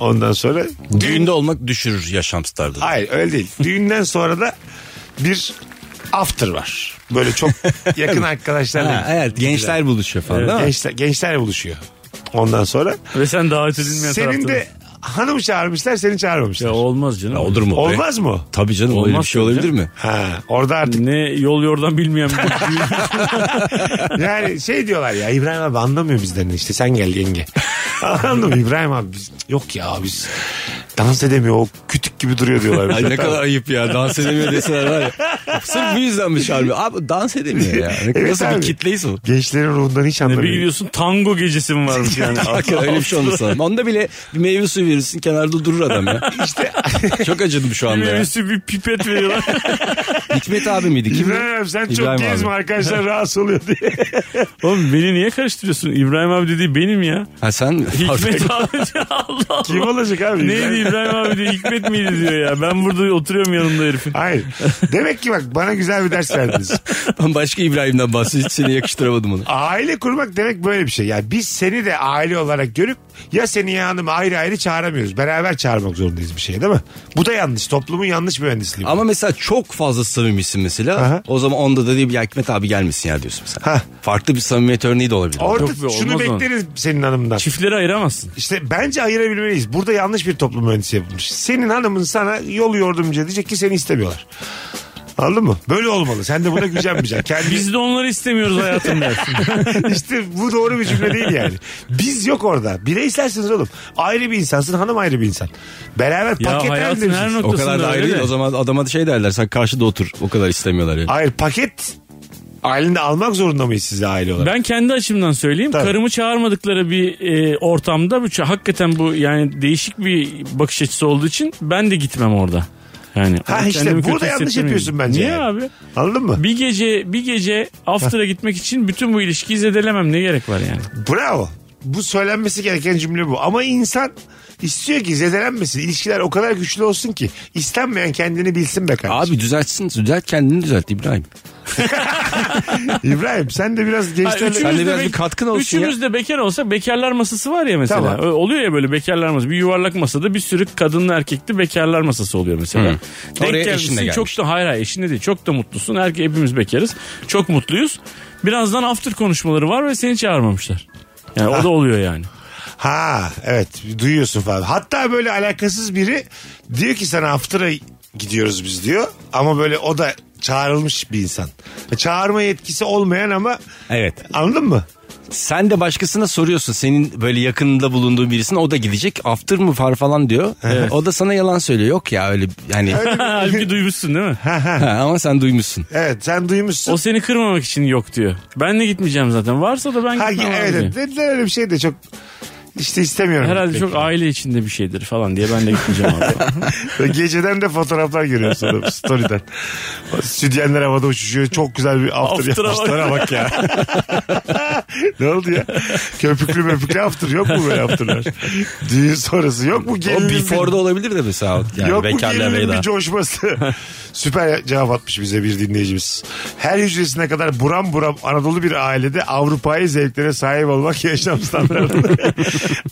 C: Ondan sonra düğün
D: Düğünde olmak düşürür yaşam standartını.
C: Hayır öyle
D: <laughs>
C: değil. Düğünden sonra da bir after var. Böyle
D: <laughs>
C: çok yakın arkadaşlarla.
D: Ha, evet gençler buluşuyor falan değil mi?
C: Gençler, gençler buluşuyor. Ondan sonra
E: Ve sen davet edilmeyen
C: senin de
E: taraftasın.
C: hanım çağırmışlar seni çağırmamışlar.
E: Ya olmaz canım.
D: Ya olur mu? be?
C: Olmaz mı?
D: Tabii canım öyle bir
E: Olmaz
D: şey
E: tabii
D: olabilir mi?
C: Ha, orada
D: <laughs>
C: artık
E: Ne yol yordan bilmeyen bir düğün.
C: yani şey diyorlar ya İbrahim abi
D: <laughs>
C: anlamıyor bizden işte sen gel yenge. Anladın mı İbrahim abi biz, yok ya biz dans edemiyor o kütük gibi duruyor diyorlar.
D: Ay ne kadar ayıp ya dans edemiyor deseler var ya. Sırf bu yüzdenmiş harbi. Abi dans edemiyor ya. Ne-
C: Evet
D: Nasıl
C: abi.
D: bir kitleyiz o?
C: Gençlerin ruhundan hiç
E: Ne bir
C: anlamıyorum.
E: gidiyorsun tango gecesi mi
D: <laughs>
E: varmış yani?
D: Hakikaten öyle bir şey olmuş sanırım. Onda bile bir meyve suyu verirsin kenarda durur adam ya. İşte. Çok acıdım şu anda ya.
E: Birisi bir
D: <laughs>
E: pipet veriyorlar.
D: Hikmet abi miydi? Kim?
C: İbrahim sen çok
D: İbrahim abi.
C: gezme arkadaşlar rahatsız oluyor
D: <laughs>
C: diye.
E: Oğlum beni niye karıştırıyorsun? İbrahim abi dediği benim ya.
D: Ha sen
E: Hikmet abi <laughs> Allah Allah.
C: Kim olacak abi?
E: Neydi İbrahim abi diyor Hikmet miydi diyor ya. Ben burada oturuyorum yanında herifin.
C: Hayır. Demek ki bak bana güzel bir ders verdiniz.
D: ben <laughs> başka İbrahim'den bahsediyorum. Hiç seni yakıştıramadım onu.
C: Aile kurmak demek böyle bir şey. Yani biz seni de aile olarak görüp ya seni ya hanımı ayrı ayrı çağıramıyoruz. Beraber çağırmak zorundayız bir şey değil mi? Bu da yanlış. Toplumun yanlış mühendisliği. bu.
D: Ama mesela çok fazla samimisin mesela.
C: Aha.
D: O zaman onda da değil ya Hikmet abi gelmesin ya diyorsun mesela.
C: Ha.
D: Farklı bir samimiyet örneği de olabilir.
C: Orada
E: Yok be,
C: şunu
E: olmaz o.
C: bekleriz senin hanımdan.
E: <laughs> Çiftleri ayıramazsın.
C: İşte bence ayırabilmeliyiz. Burada yanlış bir toplum mühendisi yapılmış. Senin hanımın sana yol yordamcı diyecek ki seni istemiyorlar. Anladın mı? Böyle olmalı. Sen de buna
E: <laughs>
C: gücenmeyeceksin. Kendi <laughs>
E: Biz de onları istemiyoruz hayatım dersin.
C: işte bu doğru bir cümle değil yani. Biz yok orada. Bireyselsiniz oğlum. Ayrı bir insansın, hanım ayrı bir insan. Beraber
E: ya
C: paket
E: hayatın her
C: halindesiniz.
E: noktasında
D: O kadar da
E: öyle
D: ayrı değil.
E: de.
D: O zaman adama şey derler sen karşıda otur. O kadar istemiyorlar yani.
C: Hayır paket halinde almak zorunda mıyız size aile olarak?
E: Ben kendi açımdan söyleyeyim.
C: Tabii.
E: Karımı çağırmadıkları bir e, ortamda bu ça- hakikaten bu yani değişik bir bakış açısı olduğu için ben de gitmem orada. Yani
C: Ha
E: kendimi
C: işte
E: kötü
C: burada yanlış
E: hissettirmeyeyim.
C: yapıyorsun bence.
E: Niye
C: yani.
E: abi?
C: Anladın mı?
E: Bir gece bir gece after'a gitmek için bütün bu ilişkiyi zedelemem ne gerek var yani?
C: Bravo. Bu söylenmesi gereken cümle bu. Ama insan istiyor ki zedelenmesin. İlişkiler o kadar güçlü olsun ki istenmeyen kendini bilsin be kardeşim.
D: Abi düzeltsin. Düzelt kendini düzelt İbrahim.
C: <laughs> İbrahim sen de biraz
E: Hayır,
C: gençlerle...
E: üçümüz
D: Sen de biraz
E: bek-
D: bir katkın olsun
E: Üçümüz de bekar olsa bekarlar masası var ya mesela.
C: Tamam.
E: Ö- Oluyor ya böyle bekarlar masası. Bir yuvarlak masada bir sürü kadınla erkekli bekarlar masası oluyor mesela. Denk
D: Oraya
E: gelmişsin,
D: eşinle
E: Çok da hayır hayır eşinle değil. Çok da mutlusun. Erkek hepimiz bekarız. Çok mutluyuz. Birazdan after konuşmaları var ve seni çağırmamışlar. Yani
D: Ah.
E: o da oluyor yani.
C: Ha evet duyuyorsun falan. Hatta böyle alakasız biri diyor ki sana after'a gidiyoruz biz diyor. Ama böyle o da çağrılmış bir insan. E, Çağırma yetkisi olmayan ama
D: Evet.
C: anladın mı?
D: Sen de başkasına soruyorsun. Senin böyle yakınında bulunduğun birisine o da gidecek. After mı far falan diyor. Ee, O da sana yalan söylüyor. Yok ya öyle yani. <laughs>
E: Halbuki duymuşsun değil mi?
D: Ha, <laughs> ama sen duymuşsun.
C: Evet sen duymuşsun.
E: O seni kırmamak için yok diyor. Ben de gitmeyeceğim zaten. Varsa da ben
C: ha,
E: gitmem. abi
C: evet,
E: diyor.
C: evet dediler öyle bir şey de çok işte istemiyorum.
E: Herhalde
C: Peki.
E: çok aile içinde bir şeydir falan diye ben de gitmeyeceğim abi.
D: <laughs>
C: Ve Geceden de fotoğraflar görüyorum sonra story'den. Sütyenler havada uçuşuyor. Çok güzel bir after
E: After'a bak.
C: yapmışlara bak ya. ne oldu ya? <laughs> Köpüklü möpüklü after yok mu böyle afterlar? Düğün sonrası yok mu?
D: O
C: Gelinin
D: before'da
C: bir-
D: olabilir de mesela. Yani
C: Yok mu
D: bekarlığa
C: gelinin bir
D: veda.
C: coşması? <laughs> Süper cevap atmış bize bir dinleyicimiz. Her hücresine kadar buram buram Anadolu bir ailede Avrupa'yı zevklere sahip olmak <laughs> yaşam standartı. <laughs>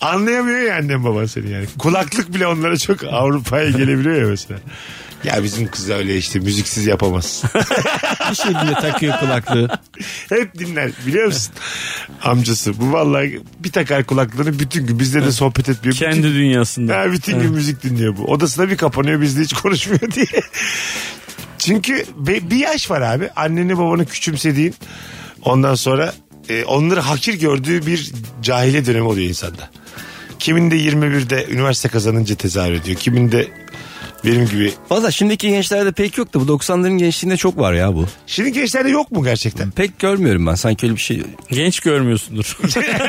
C: Anlayamıyor ya annem baban seni yani. Kulaklık bile onlara çok Avrupa'ya gelebiliyor ya mesela. Ya bizim kız öyle işte müziksiz yapamaz. <laughs>
D: Bir şekilde takıyor kulaklığı.
C: Hep dinler biliyor musun? Amcası bu vallahi bir takar kulaklığını bütün gün bizle de sohbet etmiyor. Bütün
E: Kendi dünyasında.
C: Ha, bütün gün müzik dinliyor bu. Odasına bir kapanıyor bizle hiç konuşmuyor <laughs> diye. Çünkü be- bir yaş var abi. Anneni babanı küçümsediğin ondan sonra e, onları hakir gördüğü bir cahiliye dönemi oluyor insanda. Kimin de 21'de üniversite kazanınca tezahür ediyor. Kimin de benim gibi.
D: Valla şimdiki gençlerde pek yok da bu 90'ların gençliğinde çok var ya bu.
C: Şimdi gençlerde yok mu
D: <laughs>
C: gerçekten? <laughs>
D: Pek görmüyorum ben sanki öyle bir şey.
E: Genç görmüyorsundur.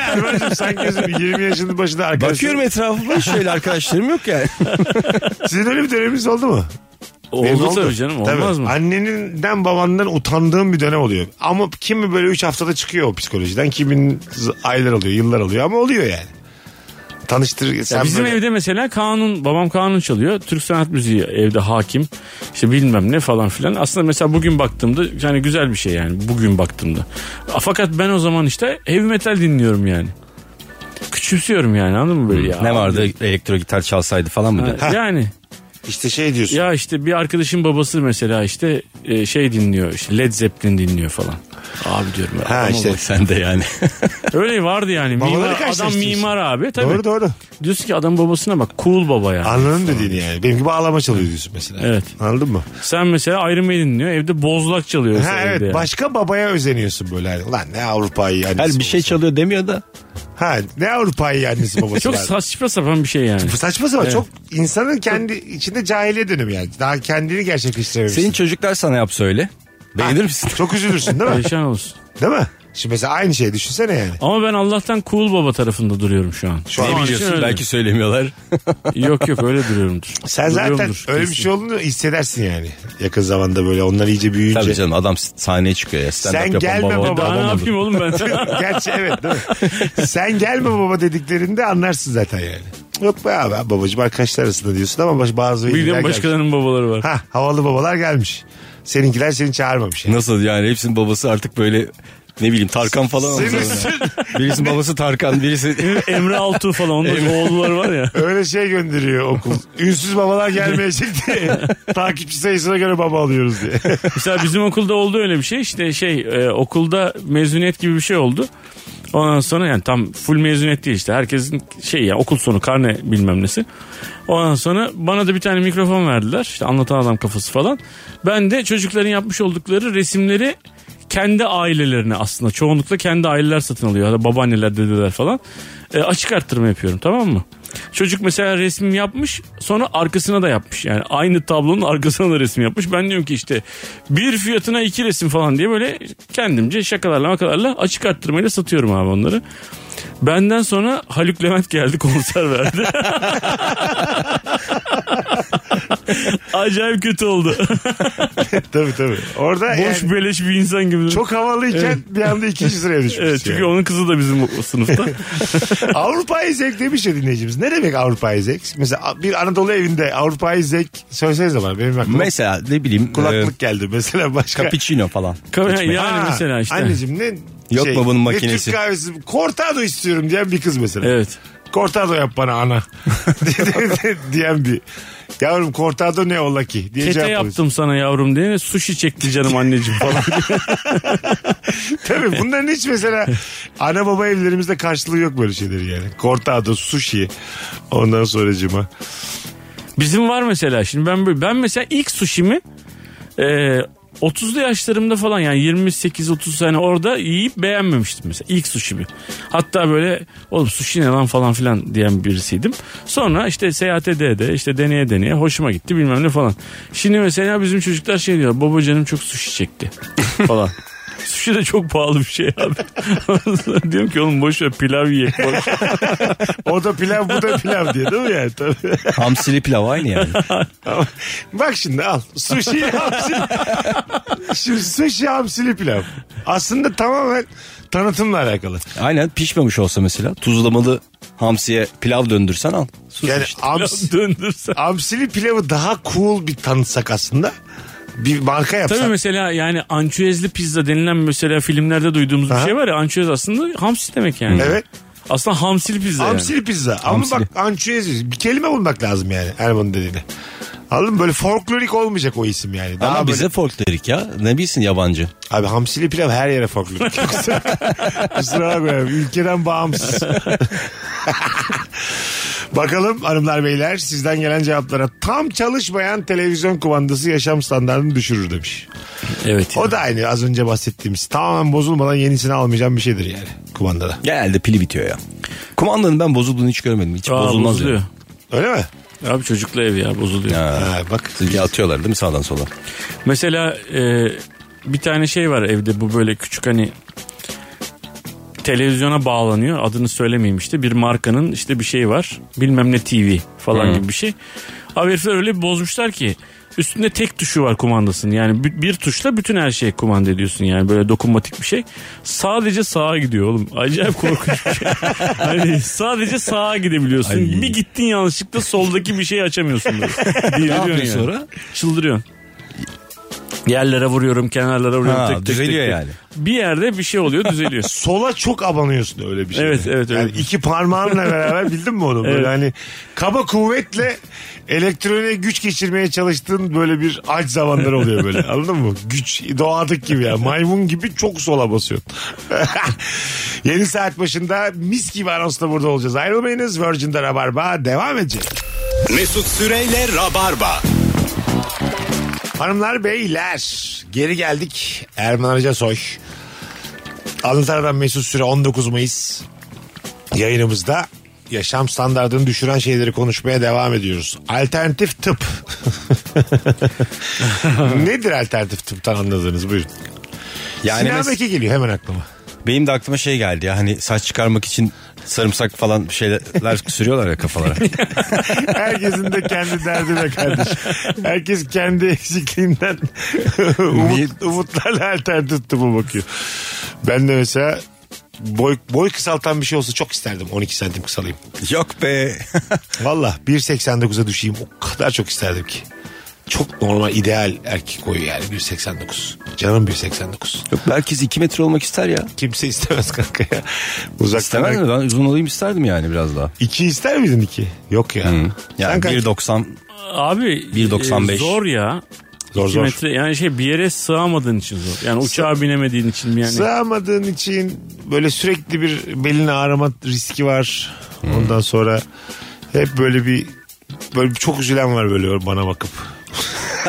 D: <laughs>
C: Erman'cığım sen gözüm 20 yaşının başında arkadaşlar.
D: Bakıyorum etrafıma şöyle arkadaşlarım yok yani.
C: Sizin öyle bir döneminiz oldu mu? Benim
E: Oldu tabii canım olmaz mı?
C: Anneninden babandan utandığım bir dönem oluyor. Ama kimi böyle 3 haftada çıkıyor o psikolojiden. Kimin z- aylar oluyor, yıllar oluyor ama oluyor yani. Tanıştır sen
E: Bizim
C: böyle-
E: evde mesela kanun, babam kanun çalıyor. Türk sanat müziği evde hakim. İşte bilmem ne falan filan. Aslında mesela bugün baktığımda yani güzel bir şey yani bugün baktığımda. Fakat ben o zaman işte heavy metal dinliyorum yani. Küçümsüyorum yani anladın mı
C: Hmm,
E: böyle
D: <laughs>
E: ya?
D: ne vardı elektro gitar çalsaydı falan mı? dedi.
E: Yani
C: işte şey diyorsun.
E: ya işte bir arkadaşın babası mesela işte e, şey dinliyor işte Led Zeppelin dinliyor falan. Abi diyorum ben.
C: Ha
E: adama
C: işte.
E: bak.
D: Sen de yani.
E: Öyle vardı yani.
C: Babaları
E: Mimar, adam
C: karşılaştırıyorsun.
E: mimar abi tabii.
C: Doğru doğru.
E: Diyorsun ki adam babasına bak cool baba yani.
C: Anladın dediğini yani. Benim gibi ağlama çalıyor diyorsun mesela.
E: Evet.
C: Anladın mı?
E: Sen mesela Iron Maiden dinliyor evde bozlak çalıyor.
C: Ha,
E: mesela
C: evet
E: evde yani.
C: başka babaya özeniyorsun böyle. Hani, Lan ne Avrupa'yı annesi
D: Her bir şey
C: babası.
D: çalıyor demiyor da.
C: Ha ne Avrupa'yı
E: <laughs>
C: annesi babası
E: Çok
C: var.
E: saçma sapan bir şey yani.
C: Bu saçma sapan
E: Evet.
C: çok insanın kendi içinde cahiliye dönemi yani. Daha kendini gerçekleştirememişsin.
D: Senin çocuklar sana yapsa öyle. Beğenir misin?
C: Çok üzülürsün değil mi?
E: Perişan olsun.
C: değil mi? Şimdi mesela aynı şeyi düşünsene yani.
E: Ama ben Allah'tan cool baba tarafında duruyorum şu an. Şu
C: an
E: için öyle.
D: Belki söylemiyorlar.
E: Yok yok öyle duruyorumdur.
C: Sen zaten
E: Duruyorumdur,
C: öyle bir
E: kesin.
C: şey olduğunu hissedersin yani. Yakın zamanda böyle onlar iyice büyüyünce.
D: Tabii canım adam sahneye çıkıyor ya. Stand-up
C: şey. Sen
D: yapan
C: gelme baba.
E: Daha ne
D: olmadı.
E: yapayım
C: <laughs>
E: oğlum ben?
C: <laughs> Gerçi evet değil mi? Sen gelme baba dediklerinde anlarsın zaten yani. Yok be abi babacım arkadaşlar arasında diyorsun ama baş- bazı veliler
E: Bildiğin
C: gelmiş.
E: başkalarının babaları var.
C: Ha havalı babalar gelmiş. Seninkiler seni çağırmamış.
E: <laughs>
C: Yani.
D: Nasıl yani hepsinin babası artık böyle ne bileyim Tarkan falan olmuş. Birisinin babası
C: <laughs>
D: Tarkan birisi
E: Emre Altuğ falan onun oğulları var ya.
C: Öyle şey gönderiyor okul. Ünsüz babalar gelmeyecek diye.
E: <laughs>
C: Takipçi sayısına göre baba alıyoruz diye. <laughs>
E: Mesela bizim okulda oldu öyle bir şey. İşte şey e, okulda mezuniyet gibi bir şey oldu. Ondan sonra yani tam full mezuniyet değil işte. Herkesin şey ya okul sonu karne bilmem nesi. Ondan sonra bana da bir tane mikrofon verdiler. İşte anlatan adam kafası falan. Ben de çocukların yapmış oldukları resimleri kendi ailelerine aslında çoğunlukla kendi aileler satın alıyor. Hatta babaanneler, dedeler falan. E, açık arttırma yapıyorum tamam mı? Çocuk mesela resim yapmış sonra arkasına da yapmış. Yani aynı tablonun arkasına da resim yapmış. Ben diyorum ki işte bir fiyatına iki resim falan diye böyle kendimce şakalarla makalarla açık arttırmayla satıyorum abi onları. Benden sonra Haluk Levent geldi
C: <laughs>
E: konser verdi. Acayip kötü oldu.
C: tabii tabii. Orada
E: Boş
C: yani
E: beleş bir insan gibi.
C: çok havalıyken bir anda ikinci
E: <laughs>
C: sıraya düşmüş.
E: Evet, çünkü onun kızı da bizim o- sınıfta.
C: Avrupa'yı zevk demiş ya dinleyicimiz. Ne demek Avrupa'yı zevk? Mesela bir Anadolu evinde Avrupa'yı zevk söylesenize bana benim aklıma.
D: mesela ne bileyim e,
C: kulaklık geldi mesela başka.
D: Cappuccino falan.
E: yani
C: Ha,
E: mesela işte.
C: Anneciğim ne
D: Yok
C: şey,
D: babanın
C: ne
D: makinesi.
C: Türk kahvesi cortado istiyorum diyen bir kız mesela.
E: Evet.
C: Cortado yap bana
E: <laughs>
C: ana. <laughs> diyen bir. Yavrum cortado ne ola ki? Diye
E: Kete
C: cevap alıyorsun.
E: yaptım sana yavrum diye sushi çekti canım anneciğim falan.
C: Tabii bunların hiç
E: <laughs>
C: mesela ana baba evlerimizde karşılığı yok böyle şeyleri yani. Cortado, sushi. Ondan sonra cima.
E: Bizim var mesela şimdi ben böyle, ben mesela ilk sushimi e, 30'lu yaşlarımda falan yani 28-30 sene orada yiyip beğenmemiştim mesela ilk sushimi. Hatta böyle oğlum sushi ne lan falan filan diyen birisiydim. Sonra işte seyahate de de işte deneye deneye hoşuma gitti bilmem ne falan. Şimdi mesela bizim çocuklar şey diyor baba canım çok sushi çekti falan.
C: <laughs>
E: Sushi de çok pahalı bir şey abi. <laughs> Diyorum ki oğlum boş ver pilav
C: <laughs>
E: yiyek. Boş-
C: O da pilav bu da pilav diye değil mi yani? Tabii.
D: Hamsili pilav aynı yani.
C: Ama Bak şimdi al. Sushi hamsili. Şimdi sushi hamsili pilav. Aslında tamamen tanıtımla alakalı.
D: Aynen pişmemiş olsa mesela tuzlamalı hamsiye pilav döndürsen al. Sus
C: Yani
D: işte.
C: hams,
E: Döndürsen.
C: hamsili pilavı daha cool bir tanıtsak aslında. Bir marka yapsak.
E: Tabii mesela yani ançüezli pizza denilen mesela filmlerde duyduğumuz
C: Aha.
E: bir şey var ya ançüez aslında hamsi demek yani.
C: Evet.
E: Aslında hamsil pizza
C: Hamsili
E: yani.
C: pizza. Ama
D: Hamsili.
C: bak ançüez bir kelime bulmak lazım yani Erman'ın dediğini. Anladın mı? Böyle folklorik olmayacak o isim yani. Daha
D: Ama
C: böyle-
D: bize folk dedik ya. Ne bilsin yabancı.
C: Abi hamsili pilav her yere folklorik. Kusura- Kusura bakmayın. Ülkeden bağımsız. Bakalım hanımlar beyler sizden gelen cevaplara tam çalışmayan televizyon kumandası yaşam standartını düşürür demiş.
E: Evet.
C: O da aynı az önce bahsettiğimiz tamamen bozulmadan yenisini almayacağım bir şeydir yani kumandada.
D: Genelde pili bitiyor ya. Kumandanın ben bozulduğunu hiç görmedim. Hiç
E: Aa,
D: bozulmaz
E: bozuluyor.
D: yani.
C: Öyle mi?
E: Abi çocukla ev ya bozuluyor.
C: Ha, bak
D: Silgi atıyorlar değil mi sağdan sola?
E: Mesela e, bir tane şey var evde bu böyle küçük hani televizyona bağlanıyor. Adını söylemeyeyim işte bir markanın işte bir şey var. Bilmem ne TV falan gibi bir şey. Abi herifler öyle bir bozmuşlar ki üstünde tek tuşu var kumandasının. Yani bir, bir tuşla bütün her şeyi kumanda ediyorsun yani böyle dokunmatik bir şey. Sadece sağa gidiyor oğlum. Acayip korkunç bir şey. Hani sadece sağa gidebiliyorsun.
D: Ay.
E: Bir gittin yanlışlıkla soldaki bir şeyi açamıyorsun. böyle. Deliriyorsun
D: yapıyorsun
E: yani.
D: sonra?
E: Çıldırıyorsun. Yerlere vuruyorum, kenarlara vuruyorum.
D: Ha,
E: tek, tek,
D: düzeliyor
E: tek, tek.
D: yani.
E: Bir yerde bir şey oluyor,
D: <laughs>
E: düzeliyor.
C: Sola çok abanıyorsun öyle bir şey.
E: Evet, evet,
C: Yani
E: öyle.
C: iki parmağınla beraber bildin mi onu? Böyle
E: Evet.
C: hani kaba kuvvetle elektroniğe güç geçirmeye çalıştığın böyle bir aç zamanları oluyor
E: <laughs>
C: böyle. Anladın mı? Güç doğadık gibi ya. Maymun gibi çok sola basıyorsun. <laughs> Yeni saat başında mis gibi anonsla burada olacağız. Ayrılmayınız. Virgin'de Rabarba devam edecek.
B: Mesut Süreyle Rabarba.
C: Hanımlar beyler geri geldik Erman Arıca Soy. Anlatan Mesut Süre 19 Mayıs yayınımızda yaşam standartını düşüren şeyleri konuşmaya devam ediyoruz. Alternatif
D: <laughs>
C: tıp. Nedir alternatif tıptan anladığınız buyurun.
D: Yani
C: Sinan
D: mes-
C: Beke geliyor hemen aklıma.
D: benim de aklıma şey geldi ya hani saç çıkarmak için sarımsak falan bir şeyler <laughs> sürüyorlar ya kafalara.
C: Herkesin de kendi derdi be kardeşim. Herkes kendi eksikliğinden <laughs> umut, umutlarla alternatif tıpa bakıyor. Ben de mesela boy, boy kısaltan bir şey olsa çok isterdim 12 santim kısalayım.
D: Yok be.
C: Valla 1.89'a düşeyim o kadar çok isterdim ki. Çok normal ideal erkek boyu yani 1.89. Canım 1.89.
D: <laughs> Yok herkes 2 metre olmak ister ya.
C: Kimse istemez kanka ya. Uzaktan
D: İstemez mi? Ben uzun olayım isterdim yani biraz daha.
C: İki ister miydin iki? Yok ya. Sen
D: Yani
C: kaç-
D: 1.90
E: Abi
D: 1.95.
E: e, zor ya.
C: Zor
E: İki
C: zor.
E: metre, yani şey bir yere sığamadığın için zor. Yani uçağa binemediğin için mi yani.
C: Sığamadığın için böyle sürekli bir belini ağrıma riski var.
E: Hmm.
C: Ondan sonra hep böyle bir böyle bir çok üzülen var böyle bana
E: <laughs>
C: bakıp.
E: <laughs>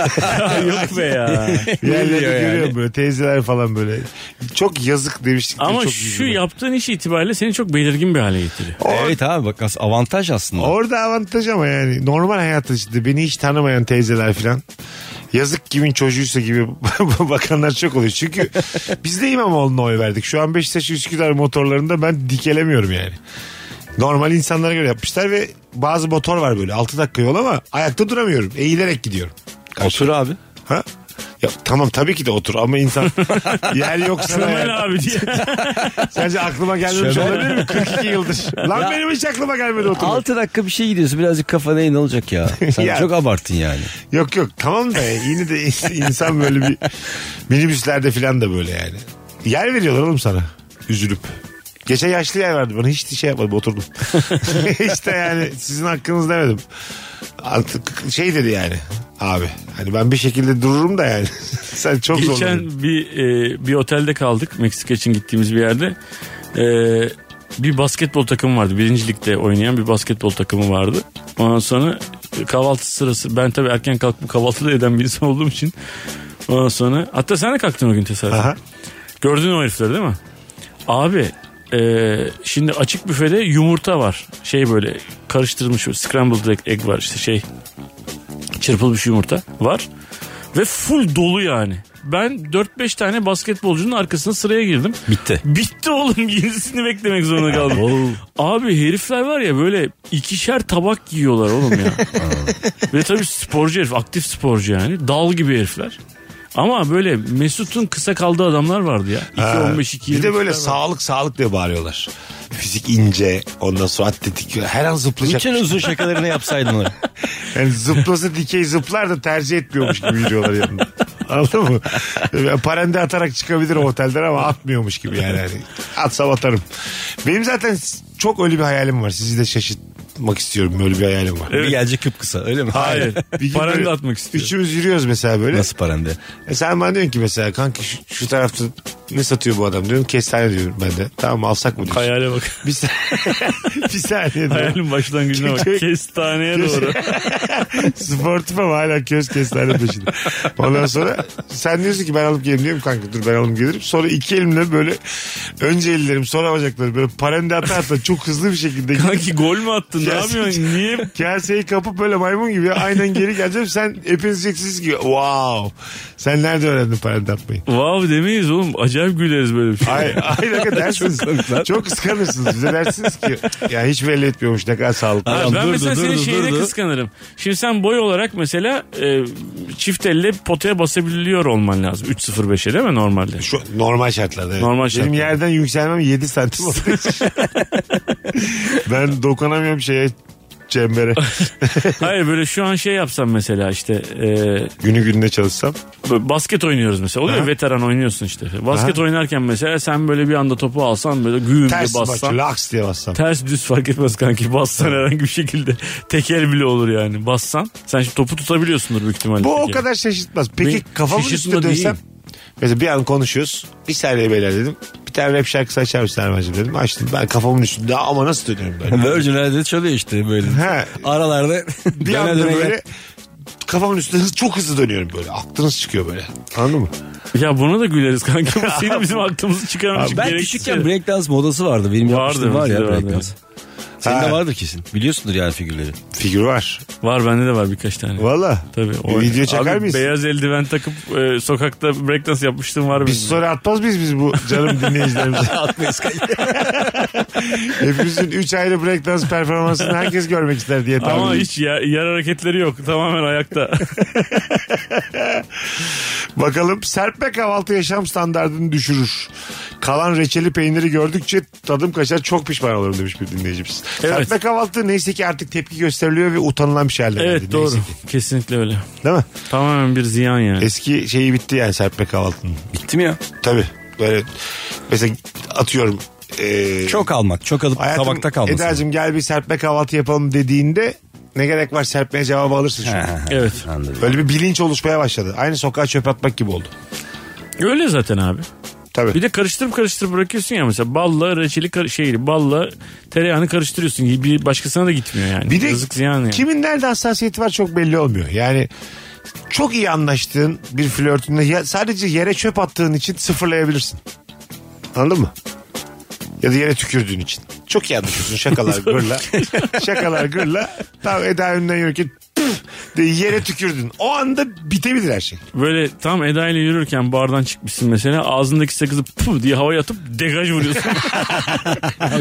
E: Yok be ya.
D: <laughs>
C: Yerleri görüyorum böyle teyzeler falan böyle. Çok yazık demiştik. de
E: Ama
C: çok
E: şu
C: üzüldüm.
E: yaptığın iş itibariyle seni çok belirgin bir hale getiriyor.
D: Evet abi bak as- avantaj aslında.
C: Orada avantaj ama yani normal hayatı işte beni hiç tanımayan teyzeler falan. Yazık kimin çocuğuysa gibi <laughs> bakanlar çok oluyor. Çünkü biz de İmamoğlu'na oy verdik. Şu an Beşiktaş Üsküdar motorlarında ben dikelemiyorum yani. Normal insanlara göre yapmışlar ve bazı motor var böyle 6 dakika yol ama ayakta duramıyorum. Eğilerek gidiyorum.
D: Otur abi.
C: Ha? Ya, tamam tabii ki de otur ama insan yer yoksa da yani.
E: Ömer abi diye.
C: Sence aklıma gelmemiş
D: Şöyle.
C: olabilir mi? 42 yıldır. Lan benim hiç aklıma gelmedi oturmak.
D: 6 dakika bir şey gidiyorsun birazcık kafana in olacak ya. Sen
C: Ya.
D: çok abarttın yani.
C: Yok yok tamam da yine de <laughs> insan böyle bir minibüslerde falan da böyle yani. Yer veriyorlar oğlum sana üzülüp. Geçen yaşlı yer verdi bana hiç şey yapmadım
E: <laughs>
C: oturdum. işte yani sizin hakkınız demedim. Artık şey dedi yani abi hani ben bir şekilde dururum da yani. <laughs> Sen çok zorlanıyorsun.
E: Geçen bir e, bir otelde kaldık. Meksika için gittiğimiz bir yerde. E, bir basketbol takımı vardı. Birinci ligde oynayan bir basketbol takımı vardı. Ondan sonra e, kahvaltı sırası. Ben tabii erken kalkıp kahvaltı da <laughs> eden bir insan olduğum için. Ondan sonra hatta sen de kalktın o gün tesadüfen.
C: Aha.
E: Gördün o herifleri değil mi? Abi e, şimdi açık büfede yumurta var. Şey böyle karıştırılmış scrambled egg- egg var işte şey çırpılmış yumurta var. Ve full dolu yani. Ben 4-5 tane basketbolcunun arkasına sıraya girdim.
D: Bitti.
E: <laughs> Bitti oğlum yenisini beklemek zorunda kaldım. Abi herifler var ya böyle ikişer tabak yiyorlar
C: <laughs>
E: oğlum ya. Ve tabii sporcu herif aktif sporcu yani dal gibi herifler. Ama böyle Mesut'un kısa kaldığı adamlar vardı ya. 2-15, 2
C: Bir de böyle sağlık sağlık diye bağırıyorlar. Fizik ince ondan sonra atletik her an zıplayacak.
D: Bütün uzun şakalarını yapsaydın onu.
C: Yani zıplasa dikey zıplar da tercih etmiyormuş gibi yürüyorlar yanında. Anladın mı? Yani Parende atarak çıkabilir o otelden ama atmıyormuş gibi yani. yani. Atsam atarım. Benim zaten çok öyle bir hayalim var. Sizi de şaşırtmak istiyorum. Öyle bir hayalim var.
D: Bir gelecek kıpkısa öyle mi?
E: Hayır.
C: Bir gün
E: Paranı
C: böyle
E: da atmak istiyor.
C: Üçümüz yürüyoruz mesela böyle.
D: Nasıl parende?
C: E sen bana diyorsun ki mesela kanka şu, şu tarafta ne satıyor bu adam diyorum. Kestane diyorum ben de. Tamam mı, alsak mı diyorsun.
E: Hayale bak.
C: Bir, saniye, <laughs> bir saniye diyorum.
E: Hayalin başlangıcına bak.
C: Çünkü-
E: Kestaneye
C: <laughs>
E: doğru.
C: Sportif ama hala köz kestane peşinde. Ondan sonra sen diyorsun ki ben alıp gelirim diyorum kanka dur ben alıp gelirim. Sonra iki elimle böyle önce ellerim sonra bacaklarım böyle parende ata ata çok hızlı bir şekilde gidip
E: Kanki gol mü attın? Ne
C: Gelsin.
E: yapıyorsun? Niye?
C: kaseyi kapıp böyle maymun gibi aynen geri geleceğim. Sen hepiniz diyeceksiniz ki wow sen nerede öğrendin parende atmayı?
E: Vav demeyiz oğlum. Acayip güleriz böyle bir şey.
C: Ay, ay ne kadar dersiniz.
D: lan.
C: Çok, kıskanırsınız. Bize dersiniz ki ya hiç belli etmiyormuş ne kadar sağlıklı.
E: Ha,
D: Adam
E: ben
D: durdu,
E: mesela senin
D: durdu,
E: şeyine
D: durdu.
E: kıskanırım. Şimdi sen boy olarak mesela e, çift elle potaya basabiliyor olman lazım. 3.05'e değil
D: <laughs>
E: mi normalde?
C: Şu, normal şartlarda. Evet.
E: Normal şartlarda.
C: Benim yerden
E: <laughs>
C: yükselmem 7 santim olduğu için. ben dokunamıyorum şeye çembere.
E: Hayır böyle şu an şey yapsam mesela işte e,
C: Günü gününe çalışsam.
E: Böyle basket oynuyoruz mesela. Oluyor ya, veteran oynuyorsun işte. Basket oynarken mesela sen böyle bir anda topu alsan böyle güm diye
C: Ters
E: bassan.
C: bakıyor. Laks diye bassam.
E: Ters düz fark etmez kanki bassan herhangi bir şekilde. <laughs> Tekel bile olur yani bassan. Sen şimdi topu tutabiliyorsundur büyük ihtimalle.
C: Bu o
E: tekel.
C: kadar şaşırtmaz. Peki
E: Beni
C: kafamın
E: şaşırtma
C: üstüne dönsem.
E: değil.
C: Mesela bir an konuşuyoruz. Bir saniye beyler dedim. Bir tane rap şarkısı açar mısın Erman'cığım dedim. Açtım. Ben kafamın üstünde ama nasıl dönüyorum böyle.
D: <laughs> Virgin Radio'da çalıyor işte böyle.
C: He.
D: Aralarda
C: Bir
D: <laughs> döne
C: anda
D: döne gel.
C: böyle kafamın üstünde hız- çok hızlı dönüyorum böyle. Aklınız çıkıyor böyle. Anladın mı?
E: Ya buna da güleriz
D: <laughs>
E: kanki. Bu senin bizim aklımızı çıkarmış.
D: Abi ben küçükken breakdance modası vardı. Benim
E: şey. Vardı,
D: yapmıştım var ya
E: bizde vardı.
D: breakdance. Senin
C: Ha.
D: de vardır kesin. Biliyorsundur yani figürleri.
C: Figür var.
E: Var bende de var birkaç tane.
C: Valla.
E: Tabii.
C: Bir video çeker
E: Abi,
C: miyiz?
E: Beyaz eldiven takıp e, sokakta breakdance yapmıştım var
C: Biz
E: bizim.
C: sonra atmaz mıyız biz bu canım dinleyicilerimize?
E: <laughs>
D: Atmayız
C: <laughs> Hepimizin 3 ayrı breakdance performansını herkes görmek ister diye tahmin
E: Ama
C: ediyorum.
E: hiç yer, yer hareketleri yok.
C: <laughs>
E: Tamamen ayakta.
C: Bakalım serpme kahvaltı yaşam standartını düşürür. Kalan reçeli peyniri gördükçe tadım kaçar çok pişman olurum demiş bir dinleyicimiz.
E: Evet.
C: Serpme kahvaltı neyse ki artık tepki gösteriliyor ve utanılan bir şey haline geldi.
E: evet
C: Neyse
E: doğru.
C: ki.
E: Kesinlikle öyle.
C: Değil mi?
E: Tamamen bir ziyan yani.
C: Eski şeyi bitti yani serpme kahvaltının.
D: Bittim ya.
C: Tabii böyle mesela atıyorum. eee,
D: Çok almak. Çok alıp
C: hayatım,
D: tabakta kalmasın.
C: Eda'cığım gel bir serpme kahvaltı yapalım dediğinde ne gerek var serpmeye cevabı alırsın şu an.
E: Evet.
D: Anladım.
C: Böyle bir bilinç oluşmaya başladı. Aynı sokağa çöp atmak gibi oldu.
E: Öyle zaten abi.
C: Tabii.
E: Bir de karıştırıp karıştırıp bırakıyorsun ya mesela balla reçeli kar- şeyi balla tereyağını karıştırıyorsun. Bir başkasına da gitmiyor yani.
C: Bir de
E: Rızık ziyan yani.
C: kimin nerede hassasiyeti var çok belli olmuyor. Yani çok iyi anlaştığın bir flörtünde ya- sadece yere çöp attığın için sıfırlayabilirsin. Anladın mı? Ya da yere tükürdüğün için. Çok iyi anlaşıyorsun şakalar
E: <laughs>
C: gırla. şakalar gırla. Tam Eda önünden yürürken <laughs> püf de yere tükürdün. O anda bitebilir her şey.
E: Böyle tam Eda ile yürürken bardan çıkmışsın mesela ağzındaki sakızı puh diye havaya atıp
C: <laughs>
E: degaj vuruyorsun.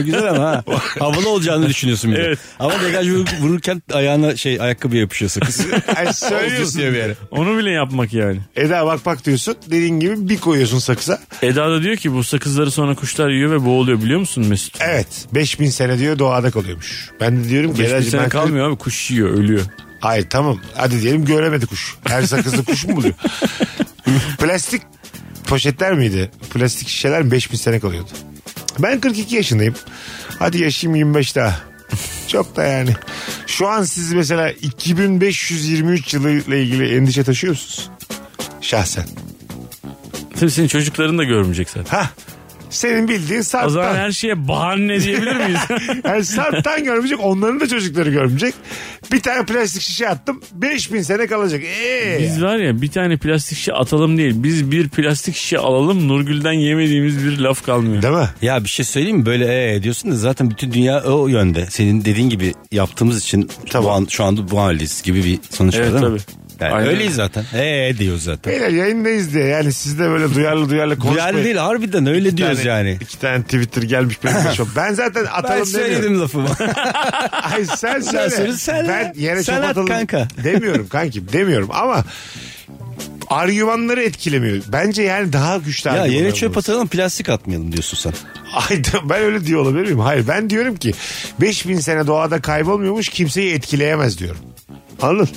D: güzel ama ha. Havalı olacağını düşünüyorsun bir de.
E: Evet.
D: Ama degaj vur- vururken ayağına şey ayakkabı yapışıyor sakız.
E: <laughs>
C: Yani söylüyorsun.
D: Diye bir yere.
E: Onu bile yapmak yani.
C: Eda bak bak diyorsun. Dediğin gibi bir koyuyorsun sakıza.
E: Eda da diyor ki bu sakızları sonra kuşlar yiyor ve boğuluyor biliyor musun Mesut?
C: Evet. 5000 sene diyor doğada kalıyormuş. Ben de diyorum ki
E: Beş bin
C: Eda'cığım
E: sene
C: ben
E: kalmıyor abi kuş yiyor ölüyor.
C: Hayır tamam. Hadi diyelim göremedi kuş. Her sakızlı kuş mu
E: <laughs>
C: buluyor? Plastik poşetler miydi? Plastik şişeler mi? 5000 sene kalıyordu. Ben 42 yaşındayım. Hadi yaşayayım 25 daha. Çok da yani. Şu an siz mesela 2523 yılıyla ilgili endişe taşıyor musunuz? Şahsen.
E: Tabii senin çocukların da görmeyecek zaten.
C: Ha. Senin bildiğin
E: O zaman
C: sarptan.
E: her şeye bahane diyebilir miyiz?
C: Yani sarptan görmeyecek. Onların da çocukları görmeyecek. Bir tane plastik şişe attım. 5000 sene kalacak. Ee,
E: Biz var ya bir tane plastik şişe atalım değil. Biz bir plastik şişe alalım Nurgül'den yemediğimiz bir laf kalmıyor.
C: Değil mi?
D: Ya bir şey söyleyeyim mi? Böyle ee diyorsun da zaten bütün dünya o yönde. Senin dediğin gibi yaptığımız için
C: Tamam.
D: bu an, şu anda bu haldeyiz gibi bir sonuç
E: Evet,
D: var değil mi?
E: tabii.
D: Yani
E: Aynen.
D: öyleyiz zaten. Ee diyoruz zaten.
C: Beyler yayındayız diye yani siz de böyle duyarlı duyarlı konuşmayın.
D: Duyarlı değil harbiden öyle
C: İki
D: diyoruz
C: tane-
D: yani.
C: İki tane Twitter gelmiş
D: <laughs>
C: benim başıma. Ben şey zaten atalım
D: Ben <laughs>
C: demiyorum. <laughs>
D: söyledim lafımı.
C: Ay sen söyle.
D: sonra sen-
C: ben yere
D: sen
C: çöp
D: at
C: atalım
D: kanka.
C: demiyorum kanki demiyorum ama argümanları etkilemiyor. Bence yani daha güçlü
D: ya yere
C: argümanlar
D: çöp
C: bulursun.
D: atalım plastik atmayalım diyorsun sen.
C: Ay ben öyle diyor olabilir miyim? Hayır ben diyorum ki 5000 sene doğada kaybolmuyormuş kimseyi etkileyemez diyorum. Anladın?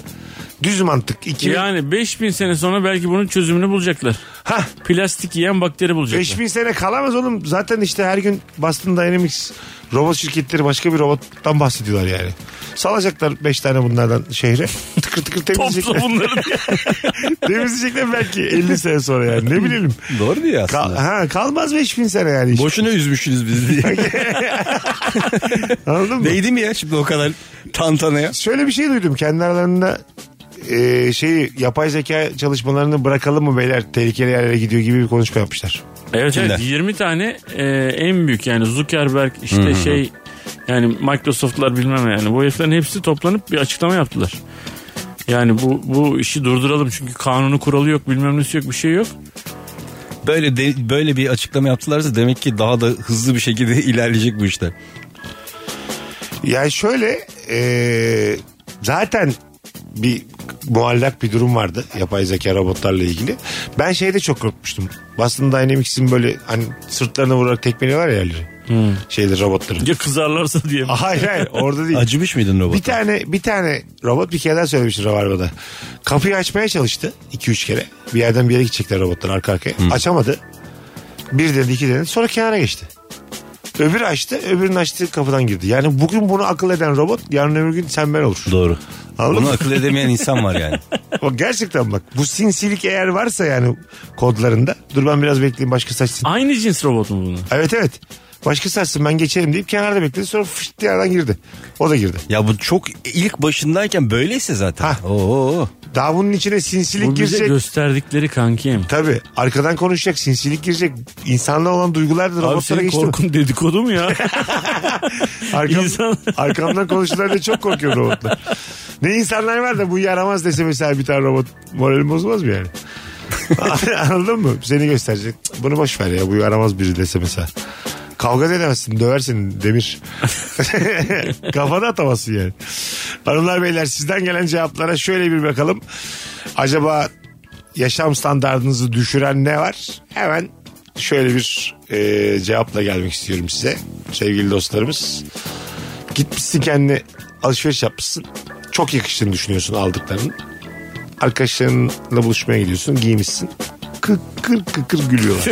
C: Düz mantık. 2000,
E: Yani 5000 sene sonra belki bunun çözümünü bulacaklar.
C: Hah.
E: Plastik yiyen bakteri bulacaklar.
C: 5000 sene kalamaz oğlum. Zaten işte her gün Boston Dynamics robot şirketleri başka bir robottan bahsediyorlar yani. Salacaklar 5 tane bunlardan şehre. <laughs> Tıkır tıkır
E: Topla
C: temizleyecekler.
E: bunları.
C: temizleyecekler belki 50 sene sonra yani.
D: <laughs>
C: Ne bileyim.
D: Doğru diyor
C: Kal- <laughs>
D: aslında.
C: ha, kalmaz 5000 sene yani. iş.
D: Boşuna üzmüşsünüz bizi diye.
C: <laughs> Anladın mı?
D: Değdi mi ya şimdi o kadar tantanaya?
C: Şöyle bir şey duydum. Kendi aralarında e, şeyi yapay zeka çalışmalarını bırakalım mı beyler tehlikeli yerlere gidiyor gibi bir konuşma yapmışlar.
E: evet
D: Kimler?
E: evet 20 tane e, en büyük yani Zuckerberg işte şey yani Microsoft'lar bilmem yani bu heriflerin hepsi toplanıp bir açıklama yaptılar. Yani bu bu işi durduralım çünkü kanunu kuralı yok bilmem nesi yok bir şey yok.
D: Böyle de- böyle bir açıklama yaptılarsa demek ki daha da hızlı bir şekilde <laughs> ilerleyecek bu işler.
C: Yani şöyle e, zaten bir muallak bir durum vardı yapay zeka robotlarla ilgili. Ben şeyde çok korkmuştum. Boston Dynamics'in böyle hani sırtlarına vurarak tekmeliyorlar ya yerleri. Şeyleri robotları.
E: Ya kızarlarsa diye.
C: hayır hayır orada değil.
D: Acımış mıydın robota?
C: Bir tane bir tane robot bir kere daha söylemişti Rabarba'da. Kapıyı açmaya çalıştı 2-3 kere. Bir yerden bir yere gidecekler robotlar arka arkaya. Açamadı. Bir dedi iki dedi sonra kenara geçti. Öbürü açtı öbürünün açtığı kapıdan girdi. Yani bugün bunu akıl eden robot yarın öbür gün sen ben olur.
D: Doğru.
C: Anladın
D: Bunu
C: mı?
D: akıl edemeyen insan var yani.
C: <laughs> Bak gerçekten bak bu sinsilik eğer varsa yani kodlarında. Dur ben biraz bekleyeyim başka saçsın.
E: Aynı cins robot mu bunu?
C: Evet evet. Başka saçsın ben geçerim deyip kenarda bekledi sonra fışt diye yerden girdi. O da girdi.
D: Ya bu çok ilk başındayken böyleyse zaten.
C: Hah.
D: Oo.
C: Daha bunun içine sinsilik
E: Bu bize
C: girecek.
E: gösterdikleri kankim.
C: Tabii arkadan konuşacak sinsilik girecek. İnsanla olan duygular da
E: Abi
C: robotlara
E: senin
C: geçti. mi?
E: korkun dedikodu mu ya?
C: Arkam,
E: İnsan-
C: <laughs> arkamdan konuşurlar da çok korkuyor robotlar. Ne insanlar var da bu yaramaz dese mesela bir tane robot moralim bozmaz mı yani? <laughs> Anladın mı? Seni gösterecek. Cık, Bunu boş ver ya bu yaramaz biri dese mesela. Kavga da edemezsin döversin demir. <laughs> Kafada atamazsın yani. Hanımlar beyler sizden gelen cevaplara şöyle bir bakalım. Acaba yaşam standartınızı düşüren ne var? Hemen şöyle bir e, cevapla gelmek istiyorum size sevgili dostlarımız. Gitmişsin kendine alışveriş yapmışsın. Çok yakıştığını düşünüyorsun aldıklarının. Arkadaşlarınla buluşmaya gidiyorsun giymişsin. Kıkır kıkır kıkır gülüyorlar.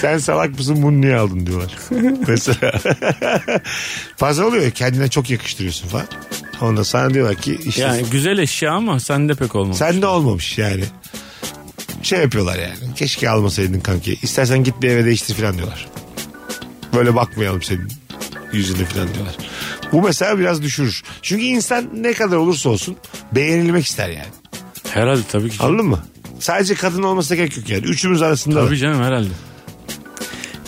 C: Sen salak mısın bunu niye aldın diyorlar. Mesela. Fazla oluyor ya, kendine çok yakıştırıyorsun falan. Ondan sana diyorlar ki işte
E: <laughs> yani güzel eşya ama sende pek olmaz.
C: sen de olmamış yani. Şey yapıyorlar yani. Keşke almasaydın kanki. İstersen git bir eve değiştir falan diyorlar. Böyle bakmayalım senin yüzüne falan diyorlar. Bu mesela biraz düşürür. Çünkü insan ne kadar olursa olsun beğenilmek ister yani.
E: Herhalde tabii ki.
C: Anladın mı? Sadece kadın olmasına gerek yok yani. Üçümüz arasında da.
E: Tabii canım herhalde.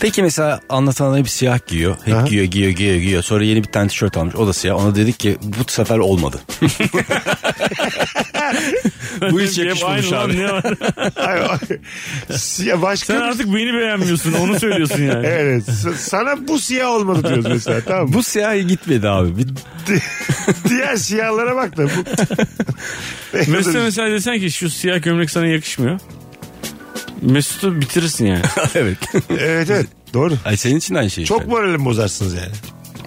D: Peki mesela anlatan hep siyah giyiyor. Hep
C: Aha.
D: giyiyor, giyiyor, giyiyor, giyiyor. Sonra yeni bir tane tişört almış. O da siyah. Ona dedik ki bu sefer
E: <laughs>
D: olmadı. bu hiç
E: Hep
D: yakışmamış
E: aynı lan,
D: abi.
E: ne <laughs> var?
C: <laughs> Ay, ay. Siyah başka
E: Sen
C: bir-
E: artık beni beğenmiyorsun onu söylüyorsun yani. <laughs>
C: Evet. S- Sana bu siyah olmadı diyoruz mesela tamam mı?
D: Bu siyah gitmedi abi. Bir- <laughs>
C: Diğer siyahlara bak da. Bu...
E: Mesut'a mesela desen ki şu siyah gömlek sana yakışmıyor. Mesut'u
C: <laughs>
E: bitirirsin yani.
D: evet.
C: evet evet doğru.
D: Ay senin için aynı şey.
C: Çok
D: işte.
C: moralimi bozarsınız yani.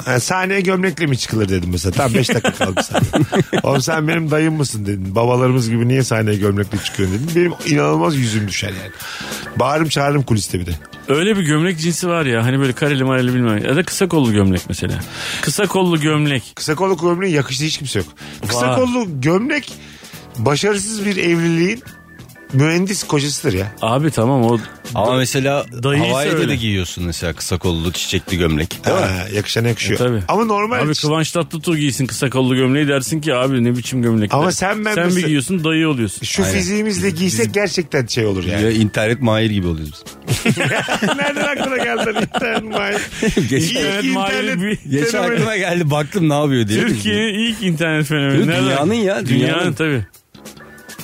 C: Ha, sahneye gömlekle mi çıkılır dedim mesela. Tam 5 dakika kaldı sahneye. Oğlum sen benim dayım mısın dedin. Babalarımız gibi niye sahneye gömlekle çıkıyorsun dedim. Benim inanılmaz yüzüm düşer yani. Bağırım çağırırım kuliste bir de.
E: Öyle bir gömlek cinsi var ya hani böyle kareli mareli bilmem. Ya da kısa kollu gömlek mesela. Kısa kollu gömlek.
C: Kısa kollu gömleğin yakıştığı hiç kimse yok. Kısa
E: Var.
C: kollu gömlek başarısız bir evliliğin mühendis kocasıdır ya.
E: Abi tamam o
D: Ama mesela
E: Dayıysa
D: Hawaii'de
E: öyle.
D: de giyiyorsun mesela kısa kollu çiçekli gömlek. Değil mi?
C: Ha, yakışana yakışıyor.
E: E, tabii.
C: Ama normal
E: Abi Kıvanç Tatlıtuğ giysin kısa kollu gömleği dersin ki abi ne biçim gömlek.
C: Ama sen ben
E: Sen bir
C: mesela-
E: giyiyorsun dayı oluyorsun.
C: şu
D: Aynen.
C: fiziğimizle giysek gerçekten şey olur yani.
D: Ya internet mahir gibi oluyoruz
C: Nereden aklına geldi lan internet mahir?
D: biz. Geçen,
E: İnternet mahiri bir-
D: geçen
C: fenomeni.
D: aklıma geldi baktım ne
C: şey
D: yapıyor diye.
E: Türkiye'nin ilk internet fenomeni.
D: Yok,
E: Nereden?
D: dünyanın ya,
E: Dünyanın,
D: dünyanın.
E: tabii.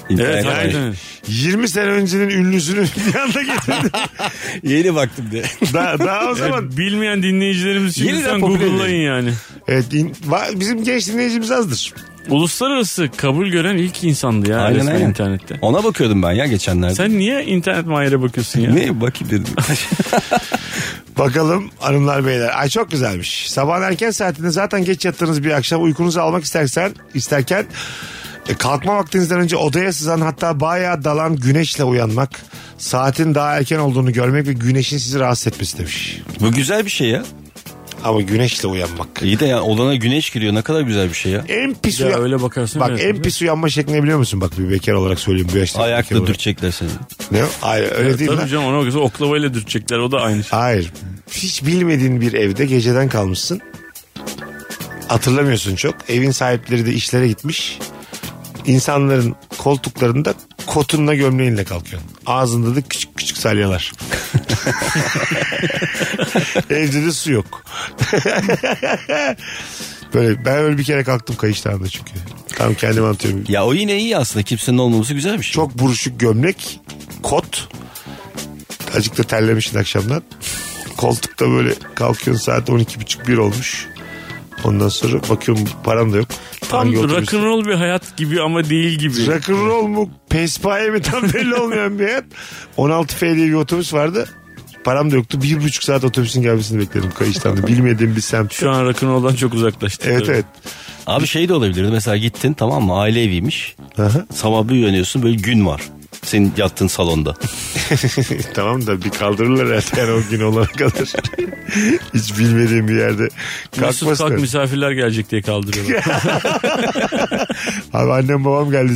D: İnternet
E: Evet
D: mahiri.
E: harbiden.
C: 20 sene öncenin ünlüsünü <laughs> bir anda getirdi.
D: Yeni baktım diye.
C: daha, daha o zaman.
E: Evet, bilmeyen dinleyicilerimiz için
D: Yeniden
E: lütfen
D: popüler
E: Google'layın yani.
C: Evet, in- va- bizim genç dinleyicimiz azdır.
E: Uluslararası kabul gören ilk insandı ya
D: Aynen,
E: resmen
D: aynen.
E: internette.
D: Ona bakıyordum ben ya geçenlerde.
E: Sen niye internet mahire bakıyorsun ya?
D: Ne bakayım dedim.
E: <laughs>
C: Bakalım hanımlar beyler. Ay çok güzelmiş. Sabahın erken saatinde zaten geç yattığınız bir akşam uykunuzu almak istersen isterken e, kalkma vaktinizden önce odaya sızan hatta bayağı dalan güneşle uyanmak saatin daha erken olduğunu görmek ve güneşin sizi rahatsız etmesi demiş.
D: Bu güzel bir şey ya.
C: Ama güneşle uyanmak.
D: İyi de ya odana güneş giriyor ne kadar güzel bir şey ya.
C: En pis
E: Ya
C: uyan-
E: öyle şey bakarsın.
C: Bak
E: biraz.
C: en pis uyanma şeklini biliyor musun? Bak bir bekar olarak söyleyeyim bu yaşta.
D: Ayakta dürtecekler seni.
C: Ne? Hayır öyle değil lan.
E: Tabii canım ona bakıyorsun oklavayla dürtecekler o da aynı şey.
C: Hayır. Hiç bilmediğin bir evde geceden kalmışsın. Hatırlamıyorsun çok. Evin sahipleri de işlere gitmiş. İnsanların koltuklarında kotunla gömleğinle kalkıyorsun. Ağzında da küçük küçük salyalar. <laughs> Evde de su yok. <laughs> böyle ben öyle bir kere kalktım kayıştağında çünkü. Tam kendimi anlatıyorum.
D: Ya o yine iyi aslında kimsenin olmaması güzel bir şey.
C: Çok buruşuk gömlek, kot. Azıcık da terlemişsin akşamdan. Koltukta böyle kalkıyorsun saat 12.30 1 olmuş. Ondan sonra bakıyorum param da yok.
E: Tam
C: Hangi otobüs-
E: rock'n'roll bir hayat gibi ama değil gibi.
C: Rock'n'roll mu? Pespaye mi? Tam belli olmayan bir hayat. 16 F diye bir otobüs vardı. Param da yoktu. Bir buçuk saat otobüsün gelmesini bekledim Kayış'tan da. Bilmediğim bir semt.
E: Şu an Rock'n'Roll'dan çok uzaklaştık.
C: Evet evet.
D: Abi şey de olabilirdi mesela gittin tamam mı aile eviymiş. Sabah bir uyanıyorsun böyle gün var. Senin yattığın salonda.
C: E, tamam da bir kaldırırlar herhalde yani o gün olana kadar. <laughs> Hiç bilmediğim bir yerde.
E: Mesut
C: Kalkmasın.
E: kalk misafirler gelecek
C: <laughs>
E: diye kaldırıyorlar.
C: Abi annem babam geldi.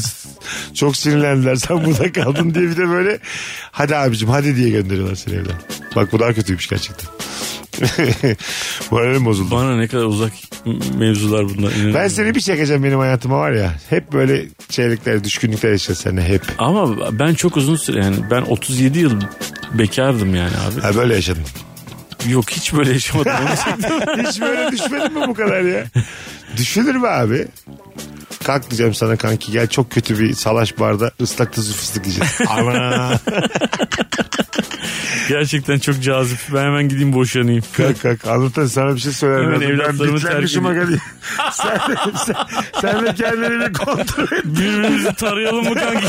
C: Çok sinirlendiler. Sen burada kaldın diye bir de böyle hadi abicim hadi diye gönderiyorlar seni evden. Bak bu daha kötüymüş gerçekten. <laughs> Moralim bozuldu.
E: Bana ne kadar uzak m- mevzular bunlar. inanılmaz.
C: Ben seni bir çekeceğim benim hayatıma var ya. Hep böyle şeylikler, düşkünlükler yaşayacağız seninle hep.
E: Ama ben çok uzun süre yani ben 37 yıl bekardım yani abi.
C: Ha böyle yaşadım.
E: Yok hiç böyle yaşamadım. Onu
C: <laughs>
E: söyleyeyim.
C: Hiç böyle düşmedin mi bu kadar ya? Düşünür mü abi? Kalk diyeceğim sana kanki gel çok kötü bir salaş barda ıslak tuzlu fıstık yiyeceğiz. Ama
E: Gerçekten çok cazip. Ben hemen gideyim boşanayım.
C: kalk kalk anlatan sana bir şey söyler.
E: Hemen
C: lazım. Ben
E: evlatlarımı
C: bitlenmişim
E: terk
C: aga diye. <laughs> sen, de- sen, sen de kendini bir kontrol et.
E: Birbirimizi tarayalım mı kanki?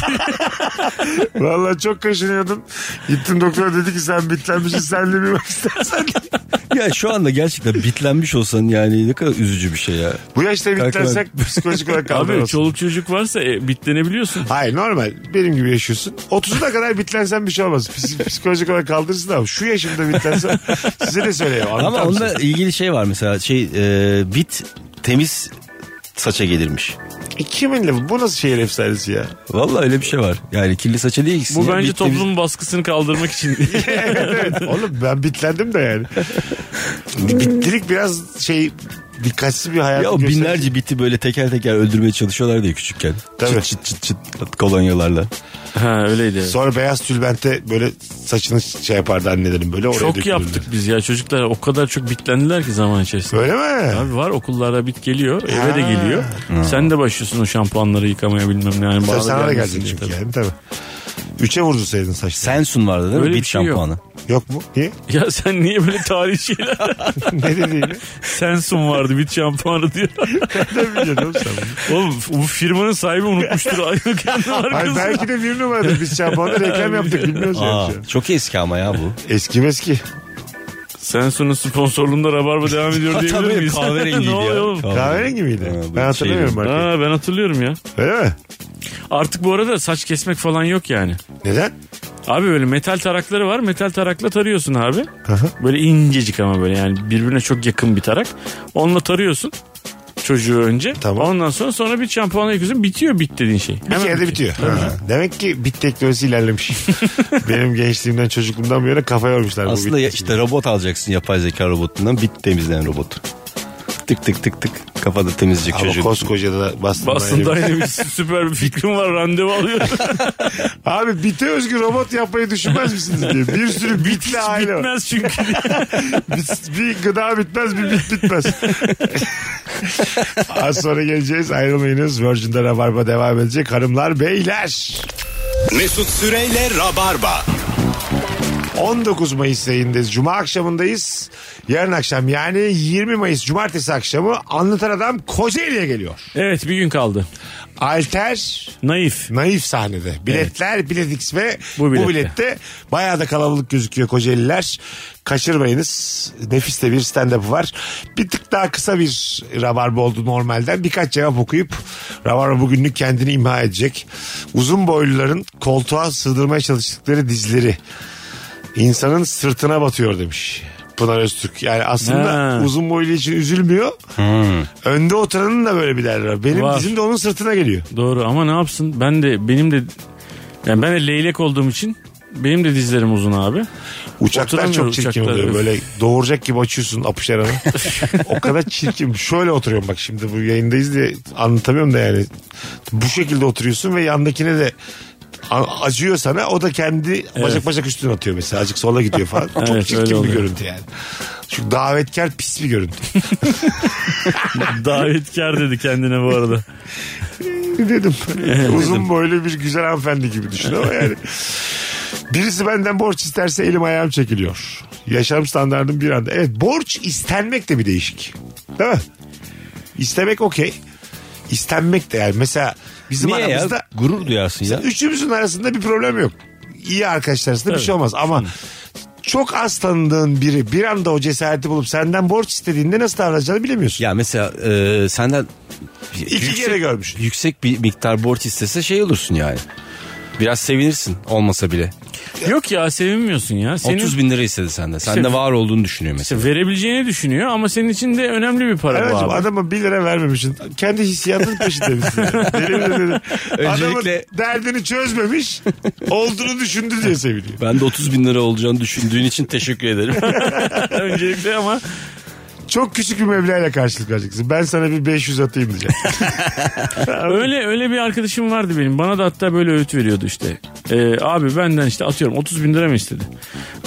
C: Valla çok kaşınıyordum. Gittim doktora dedi ki sen bitlenmişsin sen de bir bak istersen.
D: <laughs> ya şu anda gerçekten bitlenmiş olsan yani ne kadar üzücü bir şey ya.
C: Bu yaşta
D: Kalk,
C: bitlensek psikolojik olarak
E: Abi
C: kaldıramazsın.
E: çoluk çocuk varsa e, bitlenebiliyorsun.
C: Hayır normal. Benim gibi yaşıyorsun. 30'una kadar bitlensen bir şey olmaz. Psi- Psikolojik olarak kaldırırsın ama şu yaşımda bitlensen size de söyleyeyim.
D: Ama
C: Ama
D: onunla ilgili şey var mesela şey e, bit temiz saça gelirmiş.
C: E, Kiminle bu? Bu nasıl şehir efsanesi ya?
D: Vallahi öyle bir şey var. Yani kirli saça değil
E: Bu bence toplum baskısını kaldırmak için.
C: evet evet. Oğlum ben bitlendim de yani. Bittilik biraz şey dikkatsiz bir hayat.
D: Ya o binlerce biti böyle teker teker öldürmeye çalışıyorlar diye küçükken.
C: Tabii.
D: Çıt çıt çıt çıt kolonyalarla.
E: <laughs> ha öyleydi.
C: Sonra beyaz tülbente böyle saçını şey yapardı annelerin böyle. Oraya
E: Çok
C: dökülürdü.
E: yaptık biz ya çocuklar o kadar çok bitlendiler ki zaman içerisinde.
C: Öyle mi?
E: Abi var okullarda bit geliyor eve de
C: Ha.
E: geliyor. Sen de başlıyorsun o şampuanları yıkamaya bilmem ne. Yani
C: Tabii
E: bağlı
C: sana da
E: gelmesin
C: gelecek
E: diye
C: çünkü
E: tabii.
C: yani tabii. Üçe vurdu senin saç.
D: Sensun vardı değil mi?
E: Öyle bir
D: bit
E: şey yok.
D: şampuanı.
C: Yok mu? Niye?
E: Ya sen niye böyle tarihi <laughs> şeyler
C: ne
D: <laughs>
C: dediğini?
E: sensun vardı bit şampuanı diyor.
C: Ne biliyorsun oğlum sen bunu?
E: <laughs> Oğlum bu firmanın sahibi
C: <laughs>
E: unutmuştur. Ay, kendi
C: Hayır,
E: markası.
C: belki de bir numaradır. Biz şampuanla reklam yaptık bilmiyoruz
D: Aa,
C: yani. şu an.
D: çok eski ama ya bu.
C: Eski meski.
E: Sensun'un sponsorluğunda Rabarba devam ediyor diyebilir miyiz? <laughs>
D: kahverengiydi
E: Ne oluyor oğlum?
C: Kahverengi miydi?
D: Ha, bu
C: ben hatırlamıyorum
D: şeydi.
C: markayı.
E: Ha, ben hatırlıyorum ya.
C: Öyle mi?
E: Artık bu arada saç kesmek falan yok yani.
C: Neden?
E: Abi böyle metal tarakları var. Metal tarakla tarıyorsun abi.
C: Aha.
E: Böyle incecik ama böyle yani birbirine çok yakın bir tarak. Onunla tarıyorsun çocuğu önce.
C: Tamam.
E: Ondan sonra sonra bir şampuanla yıkıyorsun. Bitiyor bit dediğin şey.
C: Bir kere de bitiyor. Ha. Demek ki bit teknolojisi
D: <laughs>
C: ilerlemiş. Benim gençliğimden çocukluğumdan bu yana kafa yormuşlar. bu
D: Aslında
C: bit
D: ya
C: teknolojisi.
D: işte robot alacaksın yapay zeka robotundan bit temizleyen robot. Tık tık tık tık kafada temizleyecek
C: Ama
D: çocuğu.
C: koskoca da bastın.
E: Aslında yine bir <laughs> süper bir fikrim var
C: <laughs>
E: randevu alıyorum.
C: Abi bite özgü robot yapmayı düşünmez misiniz diye. Bir sürü bitli aile var.
E: Bitmez çünkü.
C: <laughs> Bir, bir gıda bitmez bir bit
D: <laughs>
C: bitmez. Az sonra geleceğiz ayrılmayınız. Virgin'de Rabarba devam edecek. Hanımlar beyler.
B: Mesut Süreyle Rabarba.
C: 19 Mayıs yayındayız. Cuma akşamındayız. Yarın akşam yani 20 Mayıs Cumartesi akşamı Anlatan Adam Kocaeli'ye geliyor.
E: evet bir gün kaldı.
C: Alter
E: Naif.
C: Naif sahnede. Biletler, biletix ve bu
E: Bu
C: bilette.
E: bilette.
C: bayağı da kalabalık gözüküyor Kocaeliler. Kaçırmayınız. Nefis de bir stand-up var. Bir tık daha kısa bir rabarba oldu normalden. Birkaç cevap okuyup rabarba bugünlük kendini imha edecek. Uzun boyluların koltuğa sığdırmaya çalıştıkları dizleri insanın sırtına batıyor demiş. Pınar Öztürk. Yani aslında
E: Ha. Hmm.
C: uzun boylu için üzülmüyor. Önde oturanın da böyle bir derdi var. Benim
E: Var.
C: dizim de onun sırtına geliyor.
E: Doğru ama ne yapsın? Ben de benim de yani ben de leylek olduğum için benim de dizlerim
C: <laughs>
E: uzun abi.
C: Uçaklar çok
E: Oturamıyorum
C: çirkin
E: uçaklar.
C: oluyor. Böyle doğuracak gibi açıyorsun apış yaranı. o kadar çirkin. Şöyle oturuyorum bak şimdi bu yayındayız diye anlatamıyorum da yani. Bu şekilde oturuyorsun ve yandakine de a- acıyor sana. O da kendi bacak bacak üstüne atıyor mesela. Azıcık sola gidiyor
E: <laughs>
C: falan. çok
E: öyle
C: çirkin bir
E: oluyor.
C: görüntü yani. Şu davetkar pis bir görüntü.
E: Davetkar dedi kendine bu
C: <laughs>
E: arada.
C: dedim. Uzun boylu bir güzel hanımefendi gibi düşün ama yani. Birisi benden borç isterse elim ayağım çekiliyor. Yaşam standardım bir anda. Evet borç istenmek de bir değişik. Değil mi? İstemek okey. İstenmek de yani. Mesela bizim
D: Niye ya?
C: aramızda
D: Gurur duyarsın ya.
C: üçümüzün arasında bir problem yok. İyi arkadaşlar arasında bir şey olmaz ama çok az tanıdığın biri bir anda o cesareti bulup senden borç istediğinde nasıl davranacağını bilemiyorsun.
D: Ya mesela e, senden
C: İki kere görmüş.
D: yüksek bir miktar borç istese şey olursun yani. Biraz sevinirsin olmasa bile.
E: Yok ya sevinmiyorsun ya. Senin
D: 30 bin lira istedi senden. Sende
E: İşte-
D: var olduğunu düşünüyor mesela.
E: işte verebileceğini düşünüyor ama senin için de önemli bir para
C: Evet
E: bu abi.
C: adama 1 lira vermemişsin. Kendi hissiyatının peşinde misin? Deli mi dedim.
D: Öncelikle-
C: Adamın derdini çözmemiş olduğunu düşündü diye seviniyor.
D: Ben de 30 bin lira olacağını düşündüğün için teşekkür ederim.
E: <laughs> Öncelikle ama
C: Çok küçük bir meblağla karşılık vereceksin. Ben sana bir 500 atayım diyecek.
E: öyle öyle bir arkadaşım vardı benim. Bana da hatta böyle öğüt veriyordu işte. Ee, abi benden işte atıyorum 30 bin lira mı istedi?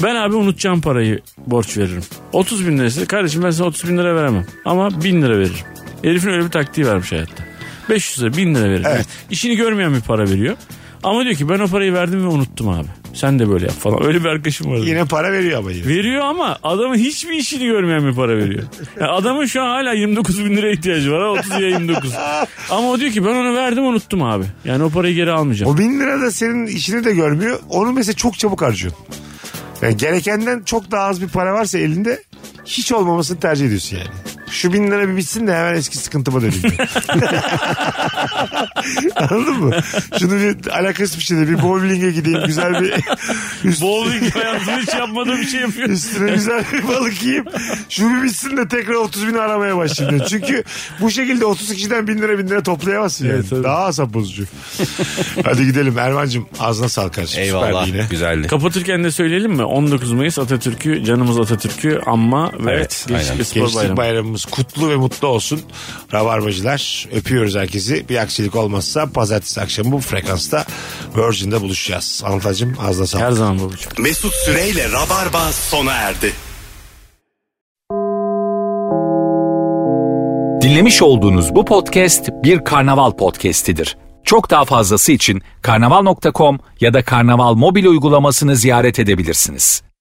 E: Ben abi unutacağım parayı borç veririm. 30 bin lira istedi. Kardeşim ben sana 30 bin lira veremem. Ama 1000 lira veririm. Herifin öyle bir taktiği varmış hayatta. 500 lira 1000 lira veririm.
C: Evet.
E: İşini görmeyen bir para veriyor. Ama diyor ki ben o parayı verdim ve unuttum abi. Sen de böyle yap falan. Öyle bir arkadaşım vardı.
C: Yine para veriyor ama yine.
E: Veriyor ama adamın hiçbir işini görmeyen bir para veriyor. Yani adamın şu an hala 29 bin lira ihtiyacı var. ha, 30 ya 29. Ama o diyor ki ben onu verdim unuttum abi. Yani o parayı geri almayacağım.
C: O bin lira da senin işini de görmüyor. Onu mesela çok çabuk harcıyorsun. Yani gerekenden çok daha az bir para varsa elinde hiç olmamasını tercih ediyorsun yani. Şu bin lira bir bitsin de hemen eski sıkıntıma döneyim. ben. <laughs> Anladın mı? Şunu bir alakası bir şeyde bir bowling'e gideyim güzel bir üst-
E: Bowling hayatımda hiç yapmadığım bir şey yapıyor.
C: üstüne güzel bir balık yiyeyim. Şu bir bitsin de tekrar 30 bin aramaya başlayayım. diyor. Çünkü bu şekilde 30 kişiden bin lira bin lira toplayamazsın yani.
E: Evet, tabii.
C: Daha asap bozucu. Hadi gidelim Erman'cım ağzına sağlık kardeşim. Süperdi yine.
D: Eyvallah. Güzeldi.
E: Kapatırken de söyleyelim mi? 19 Mayıs Atatürk'ü, canımız Atatürk'ü anma ve
D: Evet,
E: Gençlik
D: aynen.
E: ve Spor
C: Gençlik
E: Bayramı.
C: bayramımız kutlu ve mutlu olsun. Rabarbacılar öpüyoruz herkesi. Bir aksilik olmazsa pazartesi akşamı bu frekansta Virgin'de buluşacağız. Anlatacağım ağzına sağlık.
E: Her zaman babacığım.
B: Mesut Süreyle Rabarba sona erdi.
A: Dinlemiş olduğunuz bu podcast bir karnaval podcastidir. Çok daha fazlası için karnaval.com ya da karnaval mobil uygulamasını ziyaret edebilirsiniz.